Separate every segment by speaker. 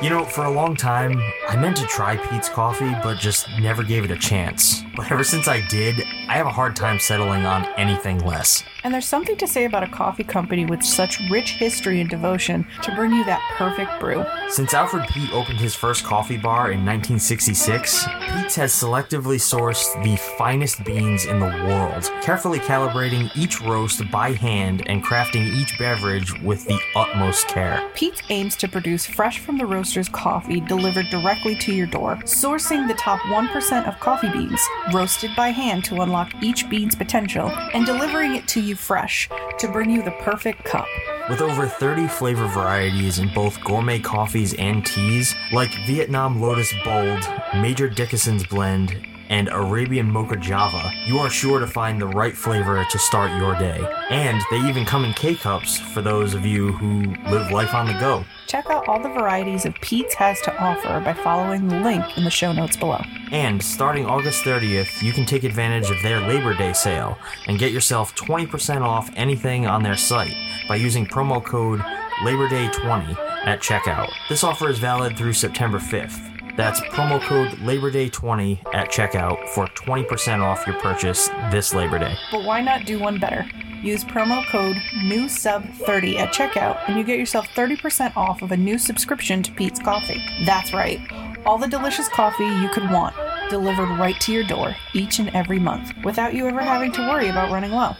Speaker 1: You know, for a long time, I meant to try Pete's Coffee, but just never gave it a chance. But ever since I did, I have a hard time settling on anything less.
Speaker 2: And there's something to say about a coffee company with such rich history and devotion to bring you that perfect brew.
Speaker 1: Since Alfred Pete opened his first coffee bar in 1966, Pete's has selectively sourced the finest beans in the world, carefully calibrating each roast by hand and crafting each beverage with the utmost care.
Speaker 2: Pete's aims to produce fresh from the roaster's coffee delivered directly to your door, sourcing the top 1% of coffee beans, roasted by hand to unlock each bean's potential, and delivering it to you fresh to bring you the perfect cup.
Speaker 1: With over 30 flavor varieties in both gourmet coffees and teas, like Vietnam Lotus Bold, Major Dickinson's Blend, and Arabian Mocha Java, you are sure to find the right flavor to start your day. And they even come in K cups for those of you who live life on the go.
Speaker 2: Check out all the varieties of Pete's has to offer by following the link in the show notes below.
Speaker 1: And starting August 30th, you can take advantage of their Labor Day sale and get yourself 20% off anything on their site by using promo code LaborDay20 at checkout. This offer is valid through September 5th. That's promo code LaborDay20 at checkout for 20% off your purchase this Labor Day.
Speaker 2: But why not do one better? Use promo code NEWSUB30 at checkout and you get yourself 30% off of a new subscription to Pete's Coffee. That's right, all the delicious coffee you could want delivered right to your door each and every month without you ever having to worry about running low.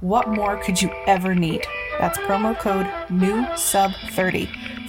Speaker 2: What more could you ever need? That's promo code NEWSUB30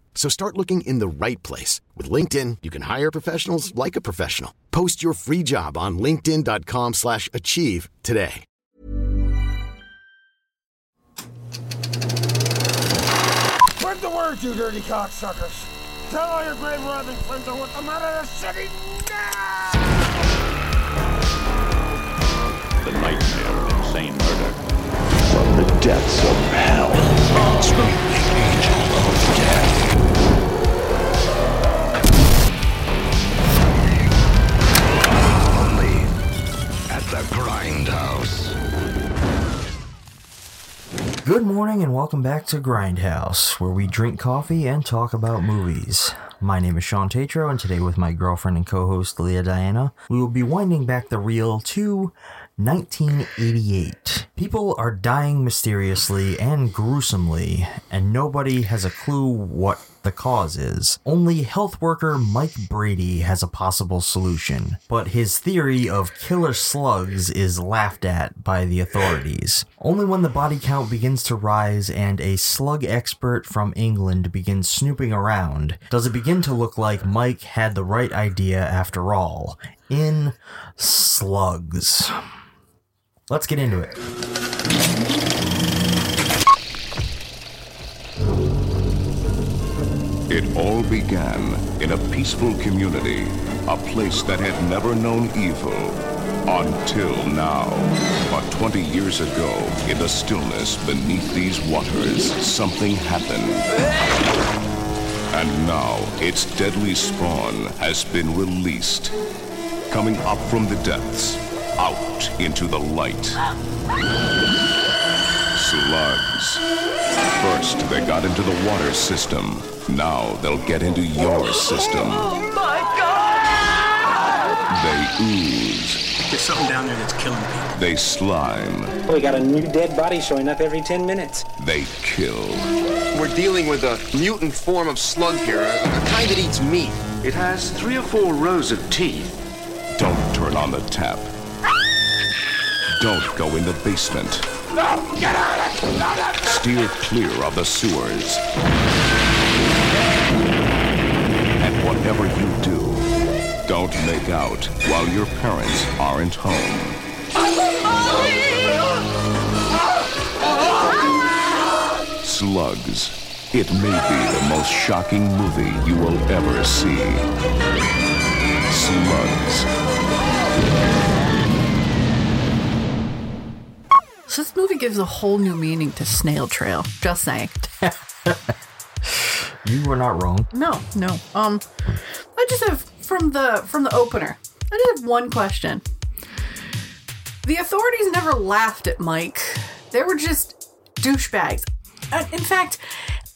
Speaker 3: So start looking in the right place. With LinkedIn, you can hire professionals like a professional. Post your free job on linkedin.com slash achieve today.
Speaker 4: Spread the word, you dirty cocksuckers. Tell all your grave robbing friends I want them out of the city now!
Speaker 5: The nightmare of insane murder.
Speaker 6: From the depths of hell.
Speaker 7: only at the Grindhouse.
Speaker 1: Good morning and welcome back to Grindhouse, where we drink coffee and talk about movies. My name is Sean Tatro, and today with my girlfriend and co-host Leah Diana, we will be winding back the reel to 1988. People are dying mysteriously and gruesomely, and nobody has a clue what the cause is. Only health worker Mike Brady has a possible solution, but his theory of killer slugs is laughed at by the authorities. Only when the body count begins to rise and a slug expert from England begins snooping around does it begin to look like Mike had the right idea after all. In slugs. Let's get into it.
Speaker 7: It all began in a peaceful community, a place that had never known evil until now. But 20 years ago, in the stillness beneath these waters, something happened. And now, its deadly spawn has been released. Coming up from the depths, out into the light. Slugs. First, they got into the water system. Now they'll get into your system. They ooze.
Speaker 8: There's something down there that's killing people.
Speaker 7: They slime.
Speaker 9: We got a new dead body showing up every 10 minutes.
Speaker 7: They kill.
Speaker 10: We're dealing with a mutant form of slug here, a, a kind that eats meat. It has three or four rows of teeth.
Speaker 7: Don't turn on the tap. Don't go in the basement. Steer clear of the sewers. And whatever you do, don't make out while your parents aren't home. Slugs. It may be the most shocking movie you will ever see. Slugs.
Speaker 11: So this movie gives a whole new meaning to snail trail. Just saying.
Speaker 1: You were not wrong.
Speaker 11: No, no. Um, I just have from the from the opener. I just have one question. The authorities never laughed at Mike. They were just douchebags. Uh, In fact,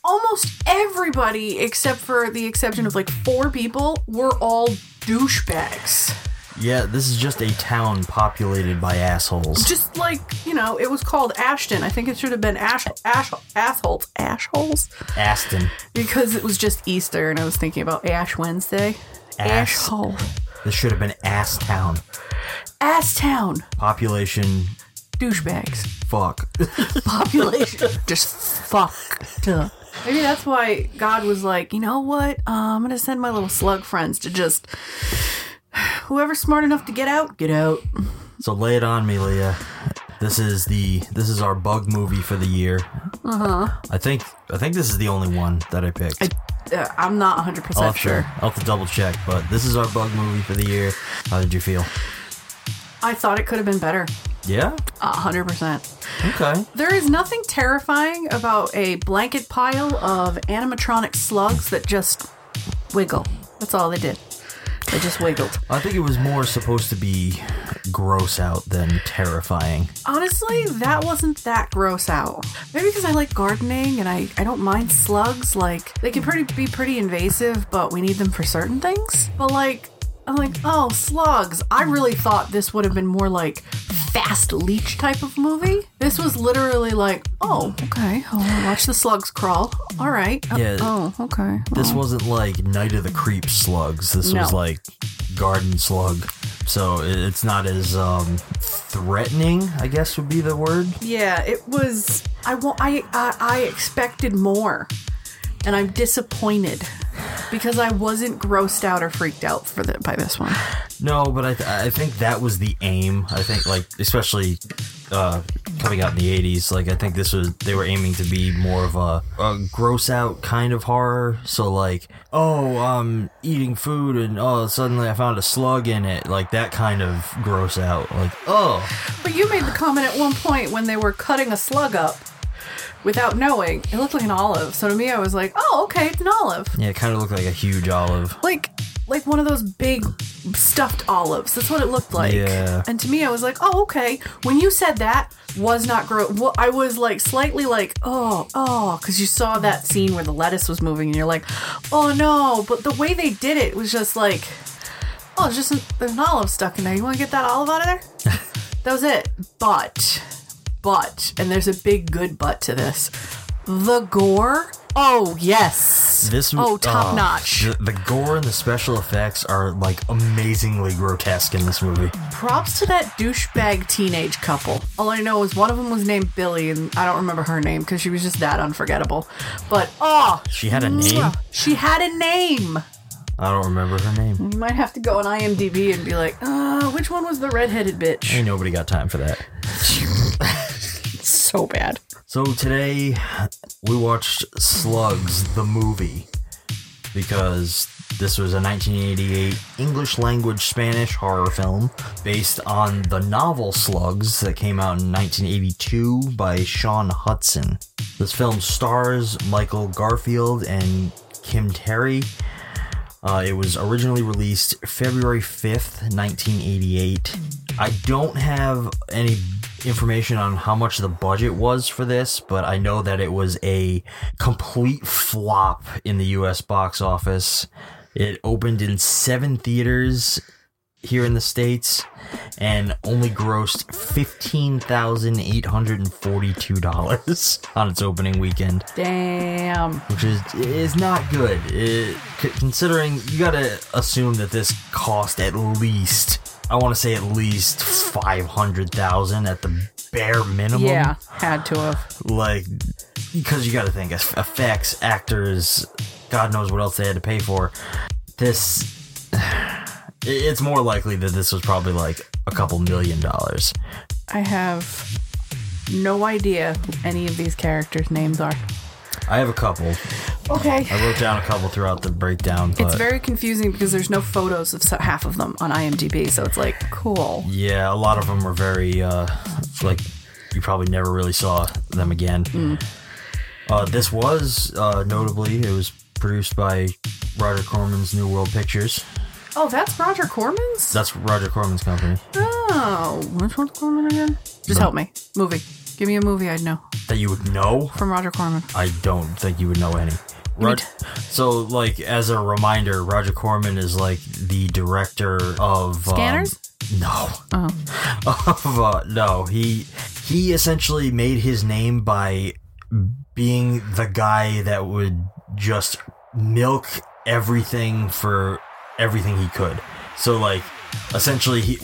Speaker 11: almost everybody, except for the exception of like four people, were all douchebags.
Speaker 1: Yeah, this is just a town populated by assholes.
Speaker 11: Just like you know, it was called Ashton. I think it should have been Ash Ash assholes assholes.
Speaker 1: Aston.
Speaker 11: because it was just Easter and I was thinking about Ash Wednesday.
Speaker 1: Ass.
Speaker 11: Ashhole.
Speaker 1: This should have been Ass Town.
Speaker 11: Ass Town.
Speaker 1: Population.
Speaker 11: Douchebags.
Speaker 1: Fuck.
Speaker 11: Population. just fucked up. Maybe that's why God was like, you know what? Uh, I'm going to send my little slug friends to just. Whoever's smart enough to get out, get out.
Speaker 1: So lay it on me, Leah. This is the this is our bug movie for the year.
Speaker 11: Uh-huh.
Speaker 1: I think I think this is the only one that I picked. I,
Speaker 11: Uh, I'm not 100%
Speaker 1: will have
Speaker 11: sure.
Speaker 1: To, I'll have to double check, but this is our bug movie for the year. How did you feel?
Speaker 11: I thought it could have been better.
Speaker 1: Yeah.
Speaker 11: A 100%.
Speaker 1: Okay.
Speaker 11: There is nothing terrifying about a blanket pile of animatronic slugs that just wiggle. That's all they did. They just wiggled.
Speaker 1: I think it was more supposed to be gross out than terrifying.
Speaker 11: Honestly, that wasn't that gross out. Maybe because I like gardening and I, I don't mind slugs. Like, they can pretty be pretty invasive, but we need them for certain things. But like, I'm like, oh, slugs. I really thought this would have been more like fast leech type of movie. This was literally like, oh, okay, oh, watch the slugs crawl. All right. Oh,
Speaker 1: Yeah.
Speaker 11: Oh, okay.
Speaker 1: This
Speaker 11: oh.
Speaker 1: wasn't like Night of the Creep slugs. This was
Speaker 11: No.
Speaker 1: like garden slug. So it- it's not as um, threatening, I guess would be the word.
Speaker 11: Yeah, it was. I want. I I I expected more, and I'm disappointed because I wasn't grossed out or freaked out for the, by this one.
Speaker 1: No, but I, th- I think that was the aim. I think like especially uh, coming out in the '80s, like I think this was they were aiming to be more of a, a gross out kind of horror. So like, oh, I'm eating food and oh, suddenly I found a slug in it, like that kind of gross out. Like, oh,
Speaker 11: But you made the comment at one point when they were cutting a slug up without knowing. It looked like an olive. So to me, I was like, oh, okay, it's an olive.
Speaker 1: yeah, it kind of looked like a huge olive.
Speaker 11: Like like one of those big stuffed olives. That's what it looked like.
Speaker 1: Yeah.
Speaker 11: And to me, I was like, oh, okay. When you said that, was not gross. Well, I was like slightly like, oh, oh, because you saw that scene where the lettuce was moving, and you're like, oh no. But the way they did it was just like, oh, it's just an, there's an olive stuck in there. You want to get that olive out of there? that was it. But, but, and there's a big good but to this. The gore. Oh yes.
Speaker 1: This w-
Speaker 11: oh top
Speaker 1: oh,
Speaker 11: notch.
Speaker 1: The, the gore and the special effects are like amazingly grotesque in this movie.
Speaker 11: Props to that douchebag teenage couple. All I know is one of them was named Billy, and I don't remember her name because she was just that unforgettable. But oh,
Speaker 1: She had a name.
Speaker 11: she had a name.
Speaker 1: I don't remember her name.
Speaker 11: You might have to go on IMDb and be like, uh, which one was the redheaded bitch?
Speaker 1: Ain't nobody got time for that.
Speaker 11: so bad.
Speaker 1: So today we watched Slugs the movie because this was a 1988 English language Spanish horror film based on the novel Slugs that came out in 1982 by Sean Hudson. This film stars Michael Garfield and Kim Terry. Uh, it was originally released February 5th, 1988. I don't have any information on how much the budget was for this, but I know that it was a complete flop in the US box office. It opened in seven theaters here in the States and only grossed $15,842 on its opening weekend
Speaker 11: Damn.
Speaker 1: which is is not good. It, c- considering you gotta assume that this cost at least, I want to say at least five hundred thousand at the bare minimum.
Speaker 11: Yeah, had to have.
Speaker 1: like because you gotta think eff- effects, actors, God knows what else they had to pay for. This. it- It's more likely that this was probably like a couple million dollars.
Speaker 11: I have no idea who any of these characters' names are.
Speaker 1: I have a couple.
Speaker 11: Okay.
Speaker 1: I wrote down a couple throughout the breakdown. But
Speaker 11: It's very confusing because there's no photos of so- half of them on IMDb, so it's like cool.
Speaker 1: Yeah, a lot of them were very uh, like you probably never really saw them again.
Speaker 11: Hmm.
Speaker 1: Uh, this was uh, notably it was produced by Roger Corman's New World Pictures.
Speaker 11: Oh, that's Roger Corman's.
Speaker 1: That's Roger Corman's company
Speaker 11: Oh, which one's Corman again? Just help me. Movie. Give me a movie I'd know
Speaker 1: that you would know.
Speaker 11: from Roger Corman.
Speaker 1: I don't think you would know any. Rod- so, like, as a reminder, Roger Corman is like the director of um,
Speaker 11: Scanners?
Speaker 1: no,
Speaker 11: Oh,
Speaker 1: of uh, no he he essentially made his name by being the guy that would just milk everything for everything he could so like essentially he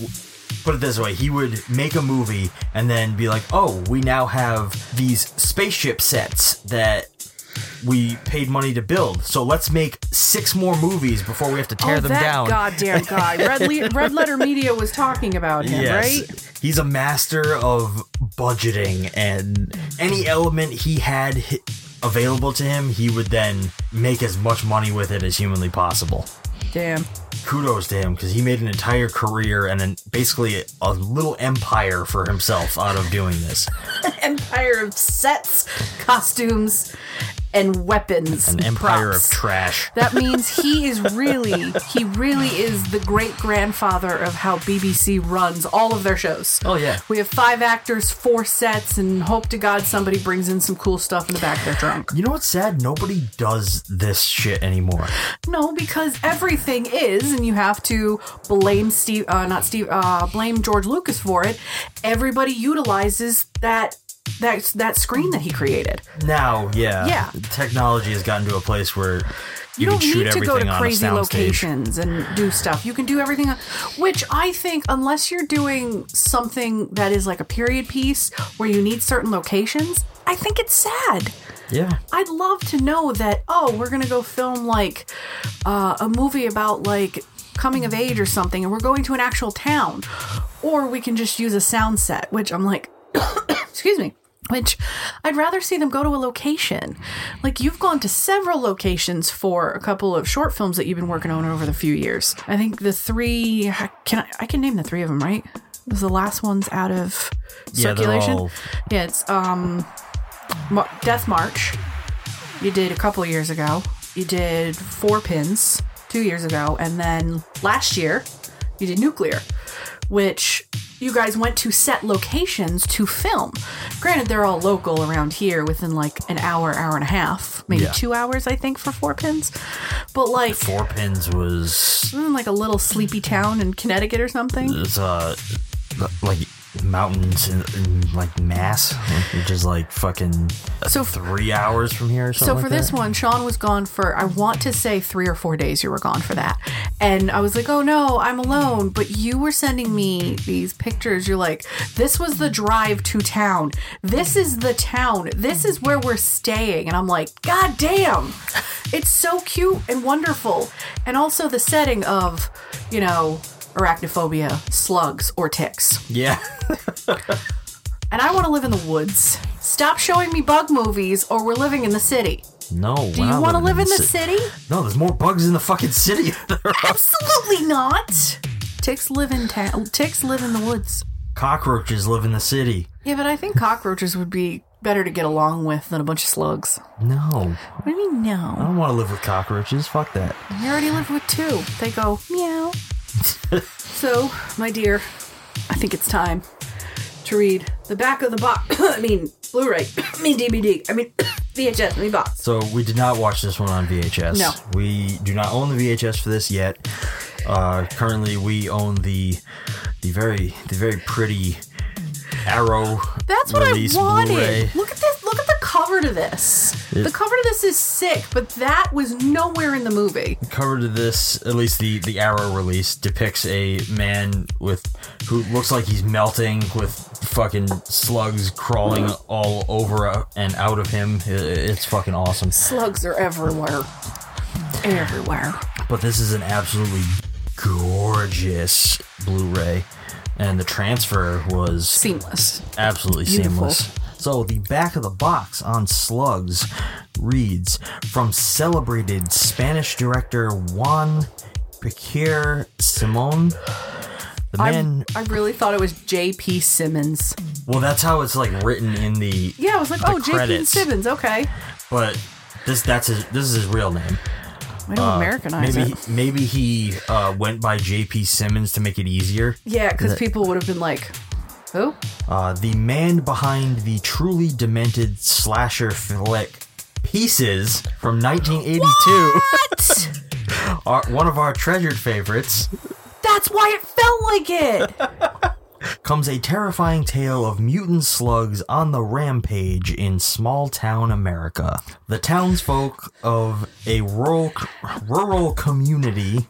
Speaker 1: put it this way he would make a movie and then be like oh we now have these spaceship sets that we paid money to build so let's make six more movies before we have to tear
Speaker 11: oh
Speaker 1: them
Speaker 11: that
Speaker 1: down
Speaker 11: goddamn guy. Red, Le- Red Letter Media was talking about him, right?
Speaker 1: He's a master of budgeting, and any element he had hi- available to him, he would then make as much money with it as humanly possible.
Speaker 11: Damn.
Speaker 1: Kudos to him because he made an entire career and then basically a little empire for himself out of doing this.
Speaker 11: Empire of sets, costumes, and weapons.
Speaker 1: An empire
Speaker 11: props.
Speaker 1: of trash.
Speaker 11: That means he is really, he really is the great grandfather of how BBC runs all of their shows.
Speaker 1: Oh, yeah.
Speaker 11: We have five actors, four sets, and hope to God somebody brings in some cool stuff in the back. They're drunk.
Speaker 1: You know what's sad? Nobody does this shit anymore.
Speaker 11: No, because everything is, and you have to blame Steve, uh, not Steve, uh, blame George Lucas for it. Everybody utilizes that that that screen that he created.
Speaker 1: Now, yeah,
Speaker 11: Yeah.
Speaker 1: technology has gotten to a place where you,
Speaker 11: you
Speaker 1: can
Speaker 11: don't
Speaker 1: shoot
Speaker 11: need to
Speaker 1: everything
Speaker 11: go to
Speaker 1: on
Speaker 11: crazy
Speaker 1: a soundstage.
Speaker 11: locations and do stuff. You can do everything, on, which I think, unless you're doing something that is like a period piece where you need certain locations, I think it's sad.
Speaker 1: Yeah.
Speaker 11: I'd love to know that. Oh, we're gonna go film like uh, a movie about like coming of age or something, and we're going to an actual town, or we can just use a sound set. Which I'm like, excuse me. Which I'd rather see them go to a location. Like you've gone to several locations for a couple of short films that you've been working on over the few years. I think the three can I, I can name the three of them, right? It was the last ones out of
Speaker 1: Yeah, they're
Speaker 11: circulation.
Speaker 1: all-
Speaker 11: yeah, it's um Mar- Death March. You did a couple years ago. You did Four Pins two years ago, and then last year you did Nuclear, which you guys went to set locations to film. Granted, they're all local around here within like an hour, hour and a half, maybe
Speaker 1: Yeah.
Speaker 11: two hours, I think, for Four Pins. But like,
Speaker 1: Four Pins was
Speaker 11: mm, like a little sleepy town in Connecticut or something.
Speaker 1: it's uh like mountains in, in like mass which is like fucking
Speaker 11: So-
Speaker 1: three hours from here or something
Speaker 11: So for
Speaker 1: like
Speaker 11: this
Speaker 1: that.
Speaker 11: one, Sean was gone for I want to say three or four days. You were gone for that, and I was like, "Oh no, I'm alone." But you were sending me these pictures. You're like, "This was the drive to town. This is the town. This is where we're staying." And I'm like, "God damn, it's so cute and wonderful." And also the setting of, you know, arachnophobia, slugs, or ticks
Speaker 1: yeah
Speaker 11: and I want to live in the woods. Stop showing me bug movies, or we're living in the city.
Speaker 1: no
Speaker 11: Do you want to live in the city?
Speaker 1: no there's more bugs in the fucking city than there are
Speaker 11: Absolutely not. Ticks live in town. Ticks live in the woods.
Speaker 1: cockroaches live in the city
Speaker 11: Yeah, but I think cockroaches would be better to get along with than a bunch of slugs.
Speaker 1: no
Speaker 11: What do you mean
Speaker 1: i
Speaker 11: no?
Speaker 1: don't want to live with cockroaches fuck that
Speaker 11: I already live with two. They go meow. so, my dear, I think it's time to read the back of the box. I mean, Blu-ray. I mean DVD. I mean VHS. I mean box.
Speaker 1: so we did not watch this one on vhs
Speaker 11: No.
Speaker 1: we do not own the vhs for this yet uh currently we own the the very the very pretty arrow
Speaker 11: That's what
Speaker 1: release
Speaker 11: I wanted.
Speaker 1: Blu-ray.
Speaker 11: Look at this. Look at the cover to this. the cover to this is sick, but that was nowhere in the movie.
Speaker 1: cover to this, at least the the Arrow release, depicts a man with who looks like he's melting with fucking slugs crawling all over uh, and out of him. I- It's fucking awesome.
Speaker 11: Slugs are everywhere. Everywhere.
Speaker 1: But this is an absolutely gorgeous Blu-ray, and the transfer was
Speaker 11: Seamless.
Speaker 1: absolutely
Speaker 11: Beautiful.
Speaker 1: seamless. So the back of the box on Slugs reads from celebrated Spanish director Juan Piquer Simon. The man.
Speaker 11: I, I really thought it was J.P. Simmons.
Speaker 1: well, that's how it's like written in the.
Speaker 11: Yeah, I was like,
Speaker 1: the
Speaker 11: oh, J.P.
Speaker 1: credits,
Speaker 11: Simmons. Okay.
Speaker 1: But this that's his. This is his real name.
Speaker 11: We don't
Speaker 1: Uh,
Speaker 11: Americanize
Speaker 1: maybe
Speaker 11: it.
Speaker 1: He, maybe he uh, went by J.P. Simmons to make it easier.
Speaker 11: Yeah, because
Speaker 1: That-
Speaker 11: people would have been like, who?
Speaker 1: Uh, the man behind the truly demented slasher flick Pieces from 1982. Our, one of our treasured favorites
Speaker 11: That's why it felt like it.
Speaker 1: comes a terrifying tale of mutant slugs on the rampage in small town America. The townsfolk of a rural, rural community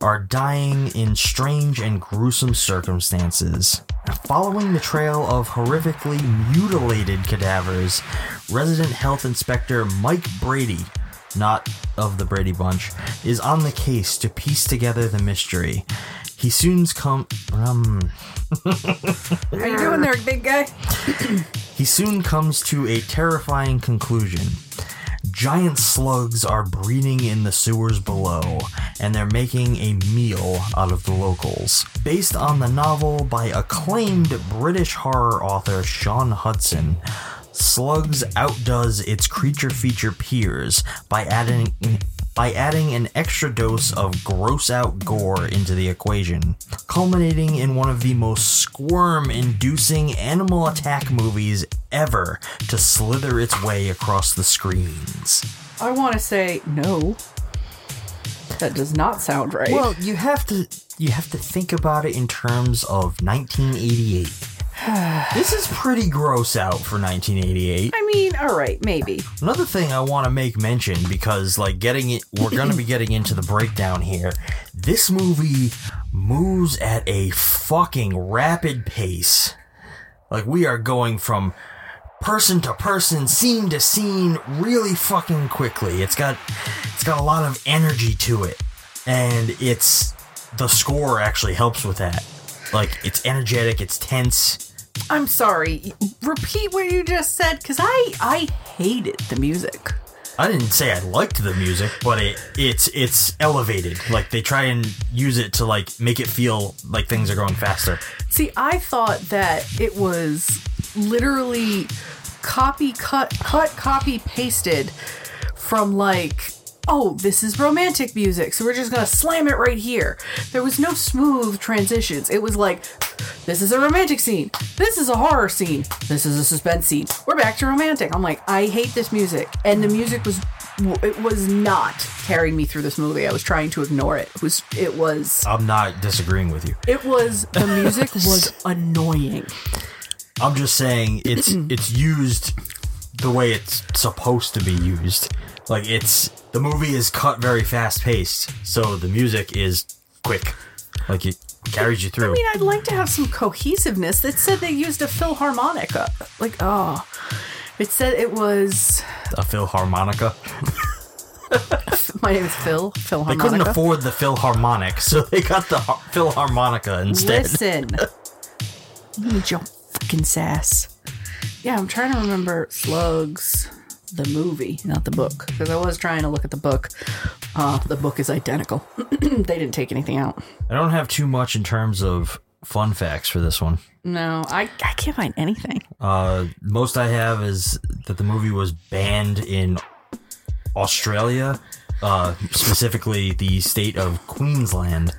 Speaker 1: are dying in strange and gruesome circumstances. Following the trail of horrifically mutilated cadavers, resident health inspector Mike Brady not of the Brady Bunch, is on the case to piece together the mystery. He soon come um,
Speaker 11: How you doing there, big guy?
Speaker 1: he soon comes to a terrifying conclusion. Giant slugs are breeding in the sewers below, and they're making a meal out of the locals. Based on the novel by acclaimed British horror author Sean Hudson, Slugs outdoes its creature feature peers by adding by adding an extra dose of gross out gore into the equation, culminating in one of the most squirm inducing animal attack movies ever to slither its way across the screens.
Speaker 11: I want to say no. That does not sound right.
Speaker 1: Well, you have to you have to think about it in terms of 1988. this is pretty gross out for 1988.
Speaker 11: I mean, all right, maybe.
Speaker 1: Another thing I want to make mention because like getting it we're going to be getting into the breakdown here. This movie moves at a fucking rapid pace. Like we are going from person to person, scene to scene really fucking quickly. It's got it's got a lot of energy to it. And it's the score actually helps with that. Like it's energetic, it's tense.
Speaker 11: I'm sorry. Repeat what you just said, because I I hated the music.
Speaker 1: I didn't say I liked the music, but it it's it's elevated. Like they try and use it to like make it feel like things are going faster.
Speaker 11: See, I thought that it was literally copy, cut, cut, copy, pasted from like, oh, this is romantic music, so we're just gonna slam it right here. There was no smooth transitions. It was like, this is a romantic scene, this is a horror scene, this is a suspense scene. We're back to romantic. I'm like, I hate this music, and the music was. It was not carrying me through this movie. I was trying to ignore it. It was it was
Speaker 1: I'm not disagreeing with you.
Speaker 11: it was the music was annoying.
Speaker 1: I'm just saying it's it's used the way it's supposed to be used. Like it's the movie is cut very fast paced, so the music is quick. Like it carries you
Speaker 11: I
Speaker 1: through.
Speaker 11: mean, I'd like to have some cohesiveness. It said they used a philharmonica. Like, oh, it said it was.
Speaker 1: A Philharmonica.
Speaker 11: My name is Phil.
Speaker 1: They
Speaker 11: Philharmonica.
Speaker 1: couldn't afford the Philharmonic, so they got the har- Philharmonica instead.
Speaker 11: Listen, you need your fucking sass. Yeah, I'm trying to remember Slugs, the movie, not the book, because I was trying to look at the book. Uh, the book is identical. they didn't take anything out.
Speaker 1: I don't have too much in terms of fun facts for this one.
Speaker 11: No, I I can't find anything.
Speaker 1: Uh, most I have is that the movie was banned in Australia, uh, specifically the state of Queensland,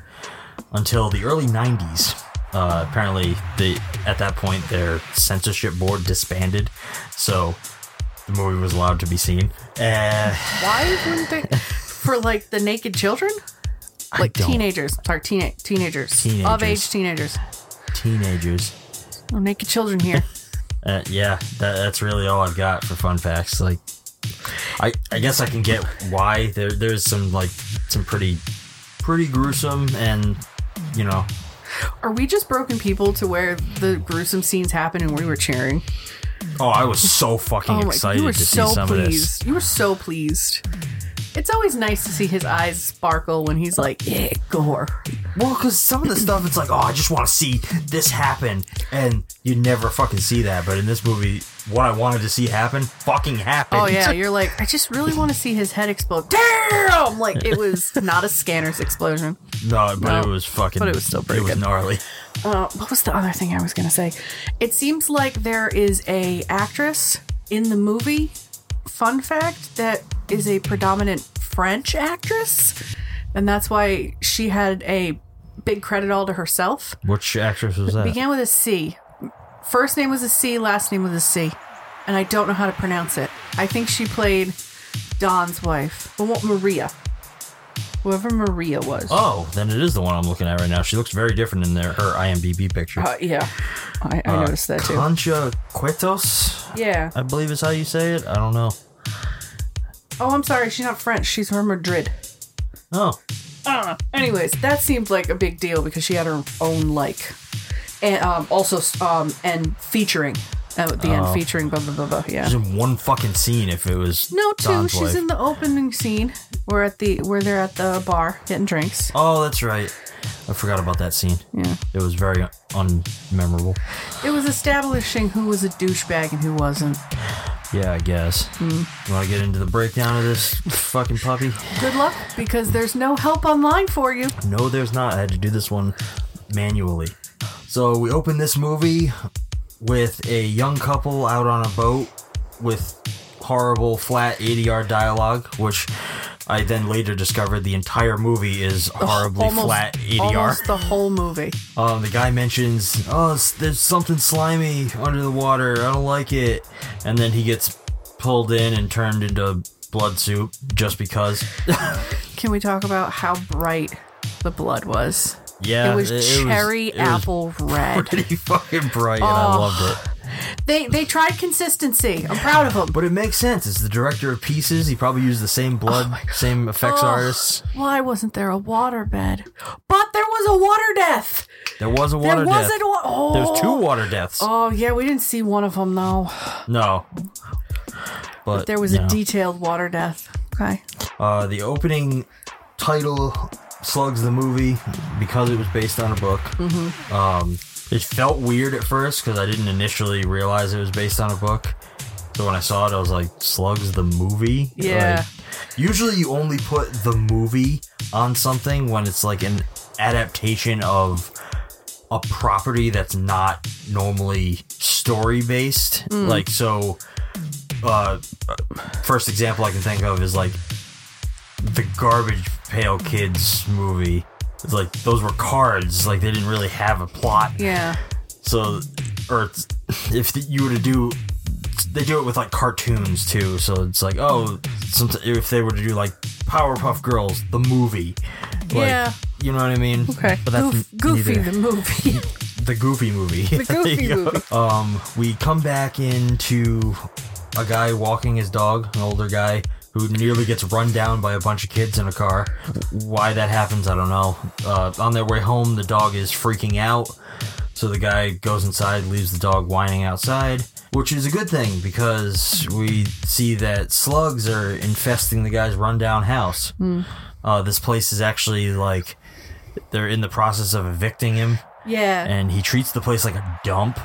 Speaker 1: until the early 90s. Uh, apparently, they, at that point, their censorship board disbanded, so the movie was allowed to be seen. Uh,
Speaker 11: Why wouldn't they? For like the naked children? Like
Speaker 1: don't-
Speaker 11: teenagers. Sorry, teen- teenagers. Of
Speaker 1: Teenagers.
Speaker 11: age teenagers.
Speaker 1: teenagers.
Speaker 11: No naked children here.
Speaker 1: Uh, yeah, that, that's really all I've got for fun facts. Like, I I guess I can get why there there's some like some pretty pretty gruesome and you know
Speaker 11: Are we just broken people to where the gruesome scenes happen and we were cheering? Oh
Speaker 1: oh I was so fucking excited
Speaker 11: you were
Speaker 1: to
Speaker 11: so
Speaker 1: see some
Speaker 11: pleased.
Speaker 1: of this.
Speaker 11: You were so pleased. It's always nice to see his eyes sparkle when he's like, yeah, gore.
Speaker 1: Well, because some of the stuff it's like oh I just want to see this happen and you never fucking see that. But in this movie what I wanted to see happen fucking happened.
Speaker 11: Oh yeah, you're like, I just really want to see his head explode. Damn! Like it was not a scanner's explosion.
Speaker 1: no, but it
Speaker 11: No.
Speaker 1: was fucking.
Speaker 11: But it was still pretty
Speaker 1: It was
Speaker 11: good.
Speaker 1: gnarly.
Speaker 11: Uh, what was the other thing I was gonna say? It seems like there is a actress in the movie. Fun fact: that is a predominant French actress, and that's why she had a big credit all to herself.
Speaker 1: Which actress was that?
Speaker 11: Began with a C. First name was a C, last name was a C. And I don't know how to pronounce it. I think she played Don's wife. The one- Maria. Whoever Maria was.
Speaker 1: Oh, then it is the one I'm looking at right now. She looks very different in there, her IMDb picture.
Speaker 11: Uh, yeah. I, I
Speaker 1: Uh,
Speaker 11: noticed that too.
Speaker 1: Concha Cuetos,
Speaker 11: yeah.
Speaker 1: I believe is how you say it. I don't know.
Speaker 11: Oh, I'm sorry. She's not French. She's from Madrid.
Speaker 1: Oh,
Speaker 11: I don't know. Anyways, that seemed like a big deal because she had her own like, and um, also um, and featuring uh, at the
Speaker 1: Oh.
Speaker 11: end featuring blah blah blah blah. Yeah.
Speaker 1: she's in one fucking scene. If it was
Speaker 11: No, two.
Speaker 1: Don's
Speaker 11: she's
Speaker 1: wife.
Speaker 11: in the opening scene. We're at the where they're at the bar getting drinks.
Speaker 1: Oh, that's right. I forgot about that scene.
Speaker 11: Yeah.
Speaker 1: It was very unmemorable.
Speaker 11: It was establishing who was a douchebag and who wasn't.
Speaker 1: Yeah, I guess.
Speaker 11: Hmm.
Speaker 1: You want to get into the breakdown of this fucking puppy?
Speaker 11: Good luck because there's no help online for you.
Speaker 1: No, there's not. I had to do this one manually. So we open this movie with a young couple out on a boat with horrible flat 80 yard dialogue, which I then later discovered the entire movie is horribly
Speaker 11: Almost-
Speaker 1: flat E 80 yard.
Speaker 11: Almost the whole movie.
Speaker 1: Um, the guy mentions, "Oh, it's, there's something slimy under the water. I don't like it." And then he gets pulled in and turned into blood soup just because.
Speaker 11: Can we talk about how bright the blood was?
Speaker 1: Yeah,
Speaker 11: it was
Speaker 1: it- it was-
Speaker 11: cherry
Speaker 1: it was
Speaker 11: apple red.
Speaker 1: Pretty fucking bright, and I
Speaker 11: Oh.
Speaker 1: loved it.
Speaker 11: They they tried consistency. I'm proud of them.
Speaker 1: But it makes sense. It's the director of Pieces. He probably used the same blood, same effects
Speaker 11: Oh,
Speaker 1: artists.
Speaker 11: Why wasn't there a water bed? But there was a water death.
Speaker 1: There was a water
Speaker 11: there wasn't
Speaker 1: death.
Speaker 11: one. Oh.
Speaker 1: There's two water deaths.
Speaker 11: Oh yeah, we didn't see one of them though.
Speaker 1: No, but,
Speaker 11: But there was
Speaker 1: you
Speaker 11: a
Speaker 1: know.
Speaker 11: detailed water death. Okay.
Speaker 1: Uh, the opening title slugs the movie because it was based on a book. Mm-hmm. Um, it felt weird at first because I didn't initially realize it was based on a book. So when I saw it, I was like, "Slugs the movie."
Speaker 11: Yeah.
Speaker 1: Like, usually, you only put the movie on something when it's like an adaptation of a property that's not normally story based.
Speaker 12: Mm.
Speaker 1: Like so. Uh, first example I can think of is like the garbage pail kids movie it's like those were cards like they didn't really have a plot
Speaker 11: Yeah.
Speaker 1: so or it's- if you were to do they do it with like cartoons too so it's like oh some, if they were to do like powerpuff girls the movie like,
Speaker 11: Yeah.
Speaker 1: you know what i mean
Speaker 11: Okay.
Speaker 1: but that's
Speaker 11: Goof- goofy
Speaker 1: neither-
Speaker 11: the movie.
Speaker 1: the Goofy movie.
Speaker 11: The
Speaker 1: There you
Speaker 11: Goofy
Speaker 1: go.
Speaker 11: movie.
Speaker 1: Um, we come back into a guy walking his dog, an older guy who nearly gets run down by a bunch of kids in a car. Why that happens, I don't know. Uh, on their way home, the dog is freaking out, so the guy goes inside, leaves the dog whining outside. Which is a good thing because we see that slugs are infesting the guy's rundown house. Uh, this place is actually like they're in the process of evicting him
Speaker 11: yeah.
Speaker 1: and he treats the place like a dump.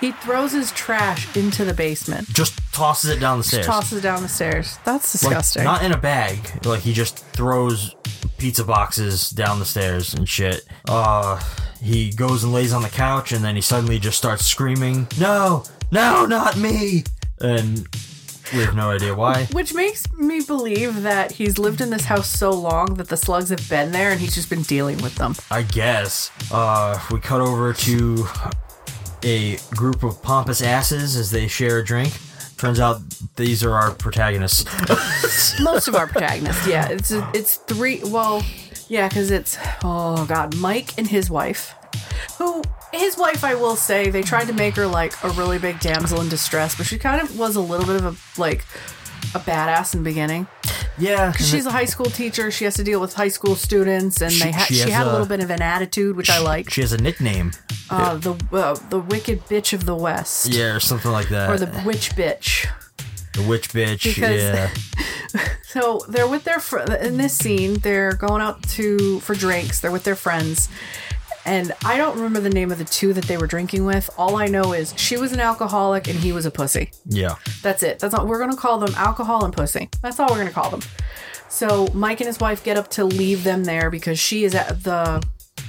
Speaker 11: he throws his trash into the basement.
Speaker 1: Just tosses it down the stairs.
Speaker 11: Just tosses it down the stairs. That's
Speaker 1: Like,
Speaker 11: disgusting.
Speaker 1: not in a bag. Like he just throws pizza boxes down the stairs and shit. Uh, he goes and lays on the couch, and then he suddenly just starts screaming, "No, no, not me!" And we have no idea why.
Speaker 11: Which makes me believe that he's lived in this house so long that the slugs have been there and he's just been dealing with them.
Speaker 1: I guess. Uh, we cut over to a group of pompous asses as they share a drink. Turns out these are our protagonists.
Speaker 11: Most of our protagonists, yeah. It's it's three. Well, yeah, because it's oh god, Mike and his wife, who his wife, I will say, they tried to make her like a really big damsel in distress, but she kind of was a little bit of a like a badass in the beginning.
Speaker 1: yeah,
Speaker 11: Because she's a high school teacher, she has to deal with high school students, and they ha-
Speaker 1: she
Speaker 11: she,
Speaker 1: has
Speaker 11: had a
Speaker 1: a-
Speaker 11: little bit of an attitude, which I like.
Speaker 1: She has a nickname.
Speaker 11: Uh, the uh, the wicked bitch of the west,
Speaker 1: Yeah, or something like that.
Speaker 11: or the witch bitch.
Speaker 1: The witch bitch.
Speaker 11: Because-
Speaker 1: yeah.
Speaker 11: So they're with their fr- in this scene. They're going out to for drinks. They're with their friends, And I don't remember the name of the two that they were drinking with. All I know is she was an alcoholic and he was a pussy.
Speaker 1: Yeah.
Speaker 11: That's it. That's all. We're going to call them alcohol and pussy. That's all we're going to call them. So Mike and his wife get up to leave them there because she is at the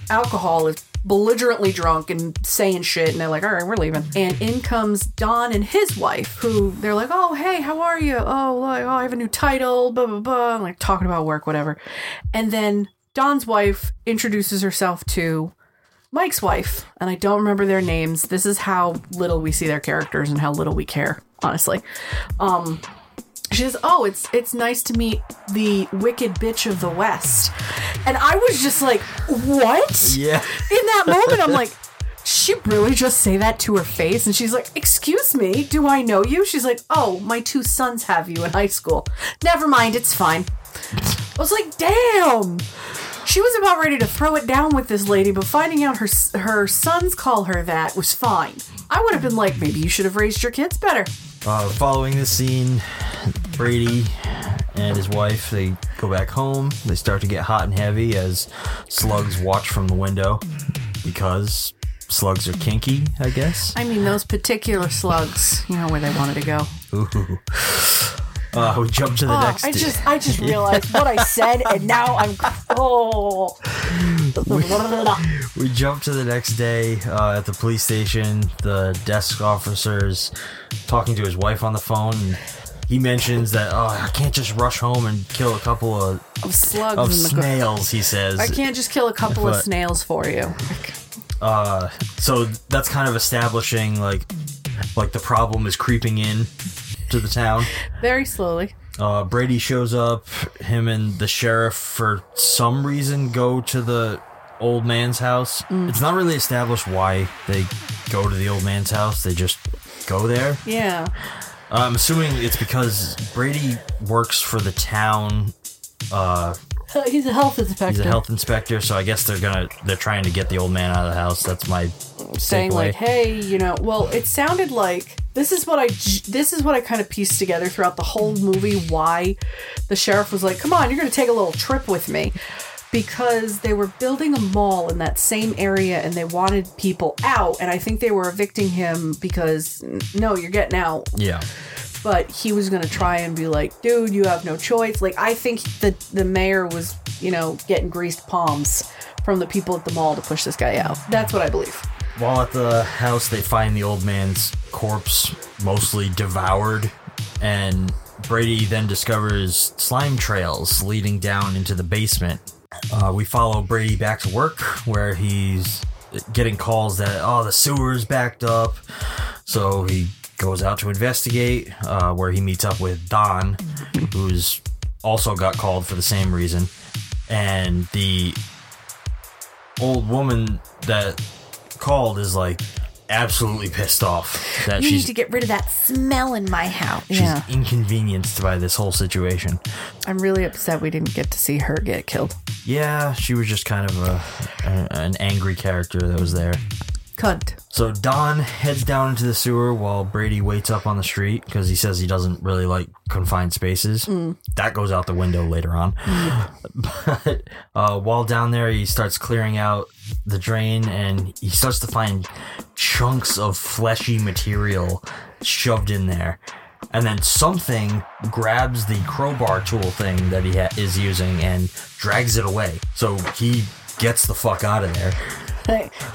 Speaker 11: alcohol is belligerently drunk and saying shit and they're like all right we're leaving and in comes don and his wife who they're like oh hey how are you oh like, oh i have a new title blah blah blah and like talking about work whatever and then don's wife introduces herself to mike's wife and i don't remember their names this is how little we see their characters and how little we care honestly um she says, "Oh, it's it's nice to meet the wicked bitch of the West," and I was just like, "What?"
Speaker 1: Yeah.
Speaker 11: In that moment, I'm like, "Did "She really just say that to her face?" And she's like, "Excuse me, do I know you?" She's like, "Oh, my two sons have you in high school. Never mind, it's fine." I was like, "Damn." She was about ready to throw it down with this lady, but finding out her s- her sons call her that was fine. I would have been like, maybe you should have raised your kids better.
Speaker 1: Uh, following this scene, Brady and his wife they go back home. They start to get hot and heavy as slugs watch from the window because slugs are kinky, I guess.
Speaker 11: I mean, those particular slugs, you know where they wanted to go.
Speaker 1: Ooh. Uh, we jump to the
Speaker 11: Oh,
Speaker 1: next.
Speaker 11: I
Speaker 1: scene.
Speaker 11: just, I just realized what I said, and now I'm. Oh.
Speaker 1: We jump to the next day uh, at the police station. The desk officer's talking to his wife on the phone. And he mentions that oh, I can't just rush home and kill a couple of
Speaker 11: Of slugs
Speaker 1: of
Speaker 11: in the gr-
Speaker 1: snails. He says.
Speaker 11: Oh I can't just kill a couple of
Speaker 1: But-
Speaker 11: snails for you.
Speaker 1: Uh, so that's kind of establishing like like the problem is creeping in to the town.
Speaker 11: Very slowly.
Speaker 1: Uh, Brady shows up. Him and the sheriff, for some reason, go to the old man's house.
Speaker 11: Mm.
Speaker 1: It's not really established why they go to the old man's house. They just go there.
Speaker 11: Yeah.
Speaker 1: I'm assuming it's because Brady works for the town. Uh,
Speaker 11: He's a health inspector.
Speaker 1: he's a health inspector, so I guess they're gonna they're trying to get the old man out of the house. That's my
Speaker 11: saying
Speaker 1: takeaway.
Speaker 11: like, "Hey, you know." Well, it sounded like this is what I j- this is what I kind of pieced together throughout the whole movie why the sheriff was like, "Come on, you're going to take a little trip with me." Because they were building a mall in that same area and they wanted people out and I think they were evicting him because "N- no, you're getting out.
Speaker 1: yeah.
Speaker 11: But he was going to try and be like, "Dude, you have no choice." Like I think the the mayor was, you know, getting greased palms from the people at the mall to push this guy out. That's what I believe.
Speaker 1: While at the house, they find the old man's corpse, mostly devoured, and Brady then discovers slime trails leading down into the basement. Uh, we follow Brady back to work, where he's getting calls that, oh, the sewer's backed up. So he goes out to investigate, uh, where he meets up with Don, who's also got called for the same reason. And the old woman that called is like absolutely pissed off that she's
Speaker 11: get rid of that smell in my house.
Speaker 1: she's
Speaker 11: Yeah.
Speaker 1: inconvenienced by this whole situation.
Speaker 11: I'm really upset we didn't get to see her get killed.
Speaker 1: Yeah, she was just kind of a, a an angry character that was there.
Speaker 11: Cunt.
Speaker 1: So Don heads down into the sewer while Brady waits up on the street because he says he doesn't really like confined spaces. That goes out the window later on. but uh, while down there, he starts clearing out the drain and he starts to find chunks of fleshy material shoved in there. And then something grabs the crowbar tool thing that he ha- is using and drags it away. So he gets the fuck out of there.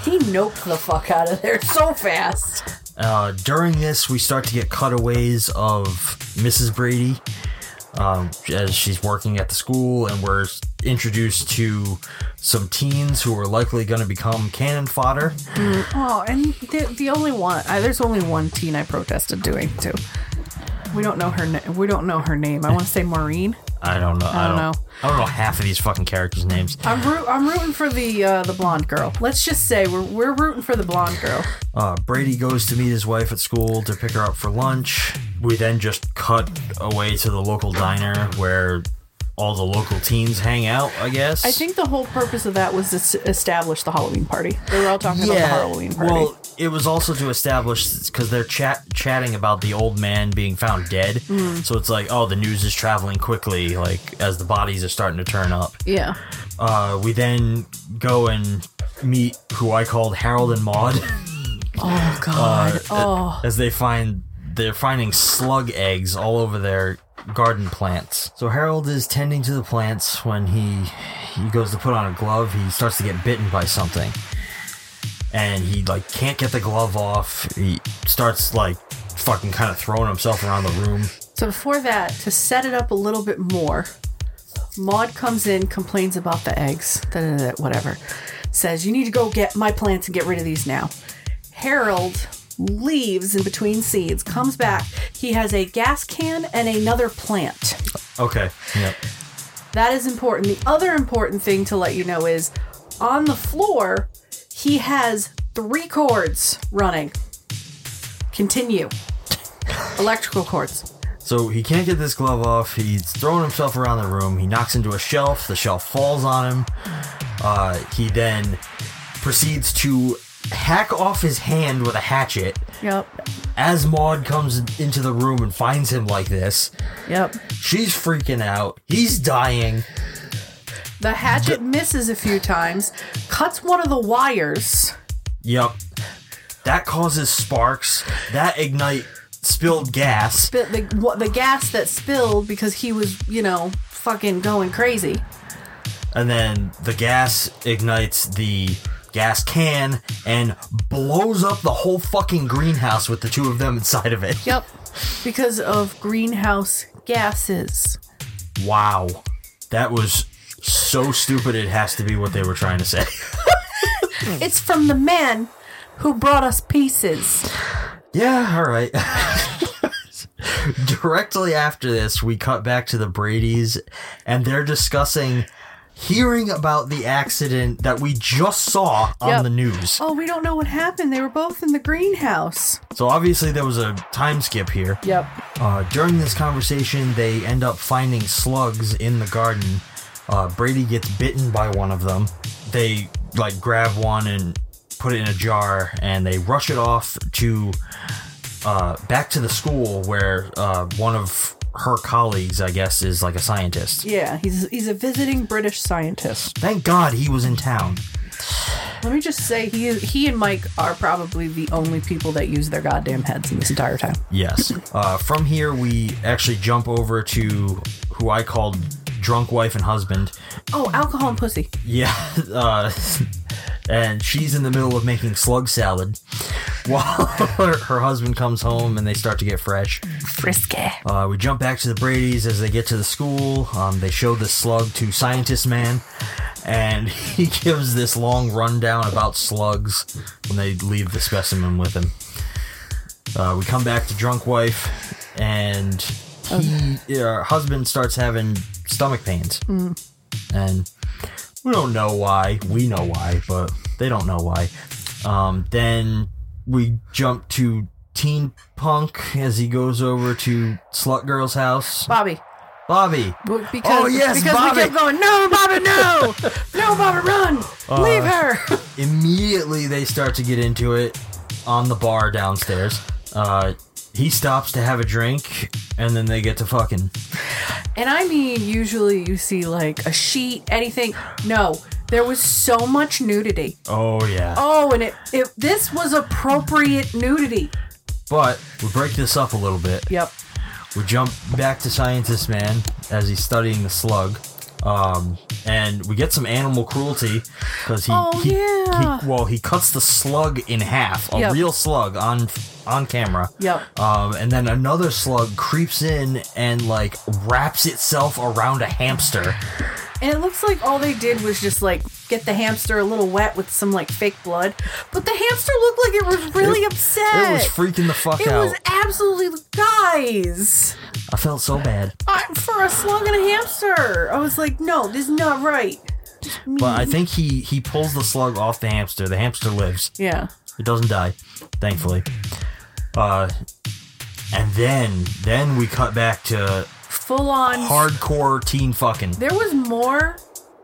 Speaker 11: he noped the fuck out of there so fast.
Speaker 1: Uh, during this, we start to get cutaways of Mrs. Brady um, as she's working at the school, and we're introduced to some teens who are likely going to become cannon fodder.
Speaker 11: Oh, and the, the only one I, there's only one teen I protested doing too. We don't know her. Na- we don't know her name. I want to say Maureen.
Speaker 1: I don't know. I don't,
Speaker 11: don't know.
Speaker 1: I don't know half of these fucking characters' names.
Speaker 11: I'm root, I'm rooting for the uh, the blonde girl. Let's just say we're we're rooting for the blonde girl.
Speaker 1: Uh, Brady goes to meet his wife at school to pick her up for lunch. We then just cut away to the local diner where all the local teens hang out, I guess.
Speaker 11: I think the whole purpose of that was to s- establish the Halloween party. They were all talking about the Halloween party.
Speaker 1: Well, it was also to establish because they're chat chatting about the old man being found dead.
Speaker 11: Mm.
Speaker 1: So it's like, oh, the news is traveling quickly, like as the bodies are starting to turn up.
Speaker 11: yeah.
Speaker 1: Uh, we then go and meet who I called Harold and Maude.
Speaker 11: Oh God.
Speaker 1: uh,
Speaker 11: oh.
Speaker 1: As they find they're finding slug eggs all over their garden plants. So Harold is tending to the plants when he he goes to put on a glove, he starts to get bitten by something. And he like can't get the glove off. He starts like fucking kind of throwing himself around the room.
Speaker 11: So before that, to set it up a little bit more, Maud comes in, complains about the eggs, da, da, da, whatever. Says, you need to go get my plants and get rid of these now. Harold leaves in between scenes, comes back. He has a gas can and another plant.
Speaker 1: Okay. Yep.
Speaker 11: That is important. The other important thing to let you know is on the floor, he has three cords running. Continue. Electrical cords.
Speaker 1: So he can't get this glove off. He's throwing himself around the room. He knocks into a shelf. The shelf falls on him. Uh, he then proceeds to hack off his hand with a hatchet.
Speaker 11: Yep.
Speaker 1: As Maud comes into the room and finds him like this,
Speaker 11: Yep.
Speaker 1: she's freaking out. He's dying.
Speaker 11: The hatchet misses a few times, cuts one of the wires.
Speaker 1: Yep. That causes sparks. That ignite spilled gas.
Speaker 11: The, the, what, the gas that spilled because he was, you know, fucking going crazy.
Speaker 1: and then the gas ignites the gas can and blows up the whole fucking greenhouse with the two of them inside of it.
Speaker 11: Yep. Because of greenhouse gases.
Speaker 1: Wow. That was so stupid it has to be what they were trying to say.
Speaker 11: It's from the man who brought us pieces.
Speaker 1: yeah, all right. Directly after this, we cut back to the Brady's and they're discussing hearing about the accident that we just saw on
Speaker 11: Yep.
Speaker 1: the news.
Speaker 11: Oh, we don't know what happened. They were both in the greenhouse.
Speaker 1: So obviously there was a time skip here.
Speaker 11: Yep.
Speaker 1: Uh, during this conversation, they end up finding slugs in the garden. Uh, Brady gets bitten by one of them. They like grab one and put it in a jar, and they rush it off to uh, back to the school where uh, one of her colleagues, I guess, is like a scientist.
Speaker 11: Yeah, he's he's a visiting British scientist.
Speaker 1: Thank God he was in town.
Speaker 11: Let me just say he he and Mike are probably the only people that use their goddamn heads in this entire time.
Speaker 1: Yes. Uh, from here, we actually jump over to who I called drunk wife and husband.
Speaker 11: Oh, alcohol and pussy.
Speaker 1: Yeah, uh, and she's in the middle of making slug salad while her, her husband comes home and they start to get fresh.
Speaker 2: Frisky.
Speaker 1: Uh, we jump back to the Brady's as they get to the school. Um, they show the slug to Scientist Man, and he gives this long rundown about slugs when they leave the specimen with him. Uh, we come back to Drunk Wife, and he, her husband starts having stomach pains.
Speaker 11: Mm.
Speaker 1: And we don't know why. We know why, but they don't know why. Um, then we jump to Teen Punk as he goes over to Slut Girl's house.
Speaker 11: Bobby.
Speaker 1: Bobby.
Speaker 11: Well, Because,
Speaker 1: oh yes,
Speaker 11: because
Speaker 1: Bobby. Oh.
Speaker 11: we kept going, no, Bobby, no! no, Bobby, run! Leave her!
Speaker 1: Immediately they start to get into it on the bar downstairs. Uh, he stops to have a drink, and then they get to fucking.
Speaker 11: And I mean, usually you see like a sheet, anything. No, there was so much nudity.
Speaker 1: Oh yeah.
Speaker 11: Oh, and it, it this was appropriate nudity.
Speaker 1: But we break this up a little bit.
Speaker 11: Yep.
Speaker 1: We jump back to Scientist Man as he's studying the slug. Um, and we get some animal cruelty because he,
Speaker 11: Oh,
Speaker 1: he,
Speaker 11: yeah.
Speaker 1: he- well he cuts the slug in half, a
Speaker 11: Yep.
Speaker 1: real slug on on camera.
Speaker 11: Yep.
Speaker 1: Um, and then another slug creeps in and like wraps itself around a hamster.
Speaker 11: And it looks like all they did was just like get the hamster a little wet with some like fake blood. But the hamster looked like it was really
Speaker 1: It-
Speaker 11: upset.
Speaker 1: It was freaking the fuck
Speaker 11: It
Speaker 1: out.
Speaker 11: was absolutely guys.
Speaker 1: I felt so bad.
Speaker 11: I, for a slug and a hamster. I was like, no, this is not right.
Speaker 1: But I think he he pulls the slug off the hamster. The hamster lives.
Speaker 11: Yeah.
Speaker 1: It doesn't die, thankfully. Uh, and then then we cut back to
Speaker 11: Full on
Speaker 1: hardcore teen fucking.
Speaker 11: There was more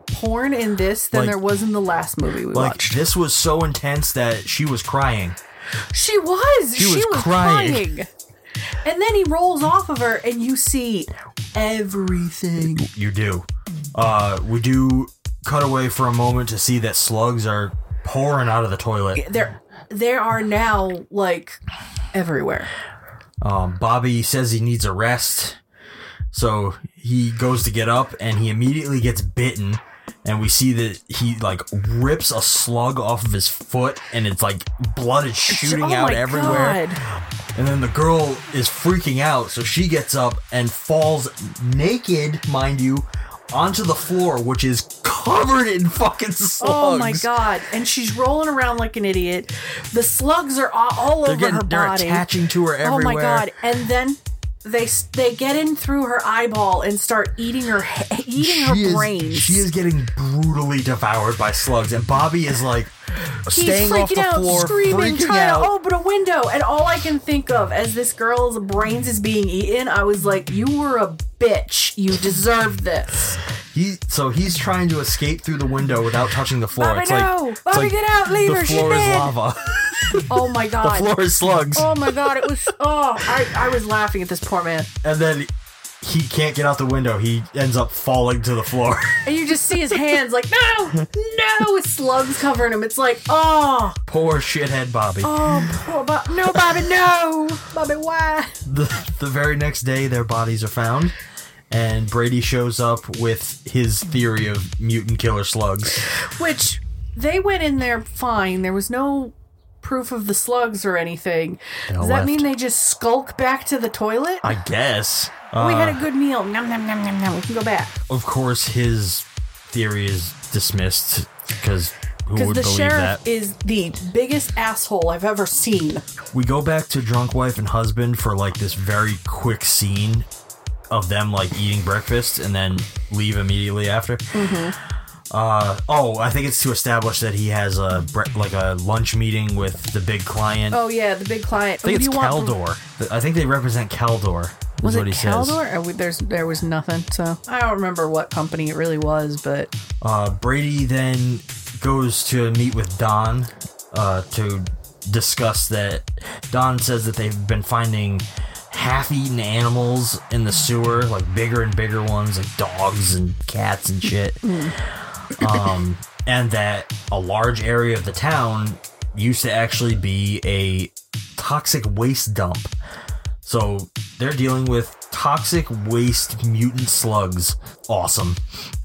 Speaker 11: porn in this than
Speaker 1: Like-
Speaker 11: there was in the last movie we
Speaker 1: Like
Speaker 11: watched.
Speaker 1: this was so intense that she was crying.
Speaker 11: She was. She,
Speaker 1: was
Speaker 11: was,
Speaker 1: crying.
Speaker 11: crying. And then he rolls off of her, and you see everything.
Speaker 1: You do. Uh, we do cut away for a moment to see that slugs are pouring out of the toilet.
Speaker 11: There, there are now like everywhere.
Speaker 1: Um, Bobby says he needs a rest, so he goes to get up and he immediately gets bitten. And we see that he like rips a slug off of his foot, and it's like blood is shooting
Speaker 11: Oh
Speaker 1: out
Speaker 11: my
Speaker 1: everywhere.
Speaker 11: God.
Speaker 1: And then the girl is freaking out, so she gets up and falls naked, mind you, onto the floor, which is covered in fucking slugs.
Speaker 11: Oh my god! And she's rolling around like an idiot. The slugs are all, all
Speaker 1: They're
Speaker 11: over
Speaker 1: getting-
Speaker 11: her
Speaker 1: they're
Speaker 11: body.
Speaker 1: attaching to her
Speaker 11: Oh
Speaker 1: everywhere.
Speaker 11: my god! And then they s- they get in through her eyeball and start eating her he- eating her
Speaker 1: She is-
Speaker 11: brains.
Speaker 1: She is getting brutally devoured by slugs, and Bobby is like
Speaker 11: He's
Speaker 1: staying off
Speaker 11: freaking
Speaker 1: the
Speaker 11: out,
Speaker 1: floor,
Speaker 11: screaming,
Speaker 1: freaking
Speaker 11: trying
Speaker 1: out.
Speaker 11: to open a window. And all I can think of as this girl's brains is being eaten, I was like, "You were a bitch. You deserve this."
Speaker 1: He so he's trying to escape through the window without touching the floor.
Speaker 11: Bobby,
Speaker 1: it's like,
Speaker 11: no!
Speaker 1: it's
Speaker 11: Bobby,
Speaker 1: like
Speaker 11: get out! Leave
Speaker 1: the
Speaker 11: her! She's
Speaker 1: floor is
Speaker 11: dead!
Speaker 1: lava.
Speaker 11: Oh my god!
Speaker 1: floor is slugs.
Speaker 11: Oh my god! It was. Oh, I, I was laughing at this poor man.
Speaker 1: and then he can't get out the window. He ends up falling to the floor.
Speaker 11: And you just see his hands like, no, no, with slugs covering him. It's like, oh,
Speaker 1: Poor shithead Bobby.
Speaker 11: oh, poor Bob. No, Bobby, no. Bobby, why?
Speaker 1: the, the very next day their bodies are found and brady shows up with his theory of mutant killer slugs
Speaker 11: Which they went in there fine. There was no proof of the slugs or anything.
Speaker 1: They all
Speaker 11: Does that
Speaker 1: left.
Speaker 11: mean they just skulk back to the toilet?
Speaker 1: i guess
Speaker 11: we
Speaker 1: Uh,
Speaker 11: had a good meal. Nom, nom, nom, nom, nom. We can go back.
Speaker 1: of course his theory is dismissed because who
Speaker 11: Because
Speaker 1: would
Speaker 11: the
Speaker 1: believe
Speaker 11: sheriff
Speaker 1: that
Speaker 11: is the biggest asshole I've ever seen.
Speaker 1: we go back to drunk wife and husband for like this very quick scene of them like eating breakfast and then leave immediately after
Speaker 11: Mm-hmm.
Speaker 1: Uh, oh, I think it's to establish that he has a bre- like a lunch meeting with the big client.
Speaker 11: Oh, yeah, the big client.
Speaker 1: I think
Speaker 11: Who
Speaker 1: it's
Speaker 11: do you want-
Speaker 1: Caldor. I think they represent Caldor. Is
Speaker 11: Was
Speaker 1: what
Speaker 11: it
Speaker 1: he says.
Speaker 11: Caldor? Oh, we- There's there was nothing. So I don't remember what company it really was, but
Speaker 1: Uh, Brady then goes to meet with Don uh, to discuss that. Don says that they've been finding half-eaten animals in the sewer, like bigger and bigger ones, like dogs and cats and shit. um, and that a large area of the town used to actually be a toxic waste dump. So they're dealing with toxic waste mutant slugs. Awesome.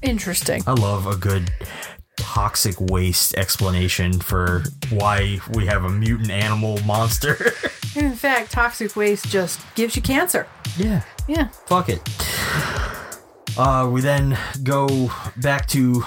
Speaker 11: interesting.
Speaker 1: I love a good toxic waste explanation for why we have a mutant animal monster.
Speaker 11: And in fact, toxic waste just gives you cancer.
Speaker 1: yeah.
Speaker 11: Yeah.
Speaker 1: Fuck it. Uh, we then go back to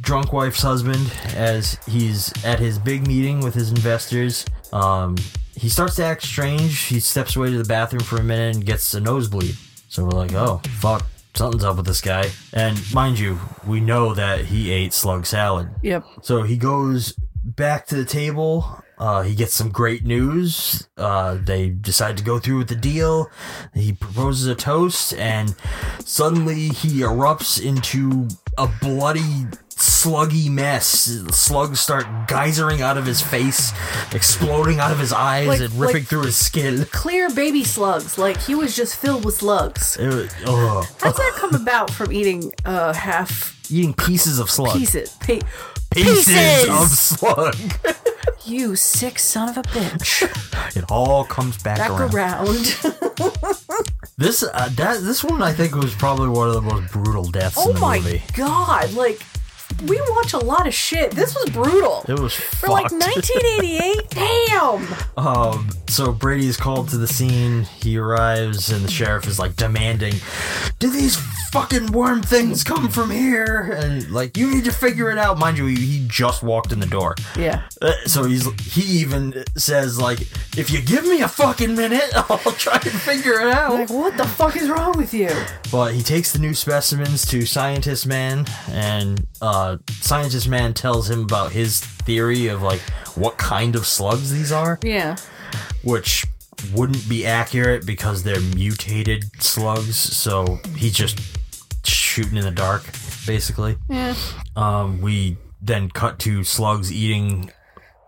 Speaker 1: drunk wife's husband as he's at his big meeting with his investors. Um, he starts to act strange. He steps away to the bathroom for a minute and gets a nosebleed. So we're like, oh, fuck, something's up with this guy. And mind you, we know that he ate slug salad.
Speaker 11: Yep.
Speaker 1: So he goes back to the table. Uh, he gets some great news. Uh, they decide to go through with the deal. He proposes a toast, and suddenly he erupts into a bloody, sluggy mess. Slugs start geysering out of his face, exploding out of his eyes,
Speaker 11: Like-
Speaker 1: and ripping
Speaker 11: like-
Speaker 1: through his skin.
Speaker 11: Clear baby slugs. Like he was just filled with slugs.
Speaker 1: It was- ugh.
Speaker 11: How does that come about from eating uh half
Speaker 1: Eating pieces of slug.
Speaker 11: pieces? Pa-
Speaker 1: Pieces
Speaker 11: Pieces!
Speaker 1: of slug.
Speaker 11: you sick son of a bitch.
Speaker 1: It all comes back,
Speaker 11: Back
Speaker 1: around.
Speaker 11: around.
Speaker 1: This uh, that this one I think was probably one of the most brutal deaths
Speaker 11: oh
Speaker 1: in the
Speaker 11: my
Speaker 1: movie.
Speaker 11: god! Like we watch a lot of shit. This was brutal.
Speaker 1: It was
Speaker 11: For like
Speaker 1: fucked.
Speaker 11: 1988. Damn.
Speaker 1: Um, so Brady is called to the scene. He arrives, and the sheriff is like demanding, "Do these fucking worm things come from here?" And like, you need to figure it out. Mind you, he, he just walked in the door.
Speaker 11: Yeah.
Speaker 1: Uh, So he's he even says like, "If you give me a fucking minute, I'll try to figure it out."
Speaker 11: Like what the fuck is wrong with you?
Speaker 1: But he takes the new specimens to Scientist Man, and uh, Scientist Man tells him about his theory of like what kind of slugs these are,
Speaker 11: Yeah.
Speaker 1: which wouldn't be accurate because they're mutated slugs. So he's just shooting in the dark, basically.
Speaker 11: Yeah.
Speaker 1: Um, we then cut to slugs eating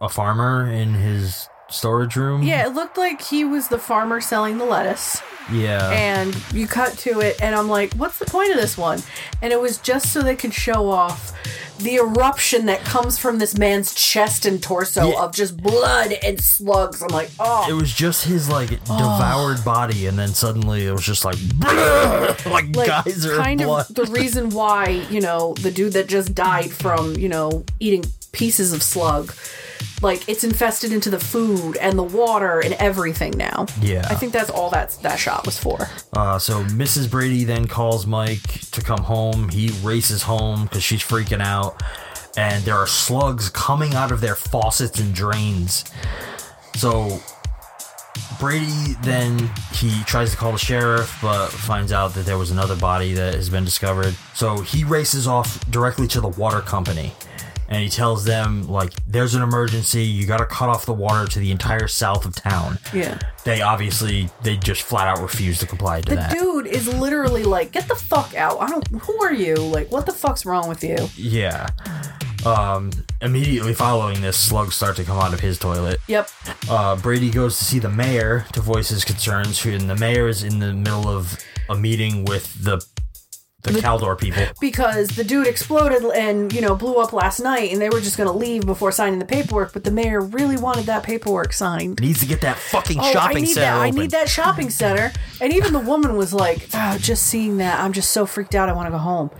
Speaker 1: a farmer in his storage room.
Speaker 11: Yeah, it looked like he was the farmer selling the lettuce.
Speaker 1: Yeah.
Speaker 11: And you cut to it, and I'm like, what's the point of this one? And it was just so they could show off the eruption that comes from this man's chest and torso
Speaker 1: Yeah.
Speaker 11: of just blood and slugs. I'm like, oh,
Speaker 1: It was just his like devoured body, and then suddenly it was just like, like, geyser of
Speaker 11: kind
Speaker 1: blood.
Speaker 11: of the reason why you know the dude that just died from you know eating pieces of slug like it's infested into the food and the water and everything now
Speaker 1: Yeah.
Speaker 11: i think that's all that's that shot was for
Speaker 1: Uh, so Mrs. Brady then calls Mike to come home. He races home because she's freaking out, and there are slugs coming out of their faucets and drains. So Brady then he tries to call the sheriff, but finds out that there was another body that has been discovered. So he races off directly to the water company. And he tells them, like, there's an emergency. You got to cut off the water to the entire south of town
Speaker 11: yeah
Speaker 1: they obviously they just flat out refuse to comply to
Speaker 11: the
Speaker 1: that.
Speaker 11: dude is literally like get the fuck out i don't who are you like what the fuck's wrong with you
Speaker 1: yeah. Um, immediately following this, slugs start to come out of his toilet.
Speaker 11: yep
Speaker 1: Uh, Brady goes to see the mayor to voice his concerns, who- and the mayor is in the middle of a meeting with the the, Caldor people.
Speaker 11: because the dude exploded and you know blew up last night and they were just gonna leave before signing the paperwork but the mayor really wanted that paperwork signed
Speaker 1: Needs to get that fucking
Speaker 11: Oh,
Speaker 1: shopping
Speaker 11: I need
Speaker 1: center
Speaker 11: that.
Speaker 1: open.
Speaker 11: I need that shopping center. And even the woman was like, oh, just seeing that, I'm just so freaked out. I want to go home.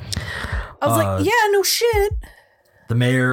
Speaker 11: I was
Speaker 1: Uh,
Speaker 11: like, yeah, no shit.
Speaker 1: The mayor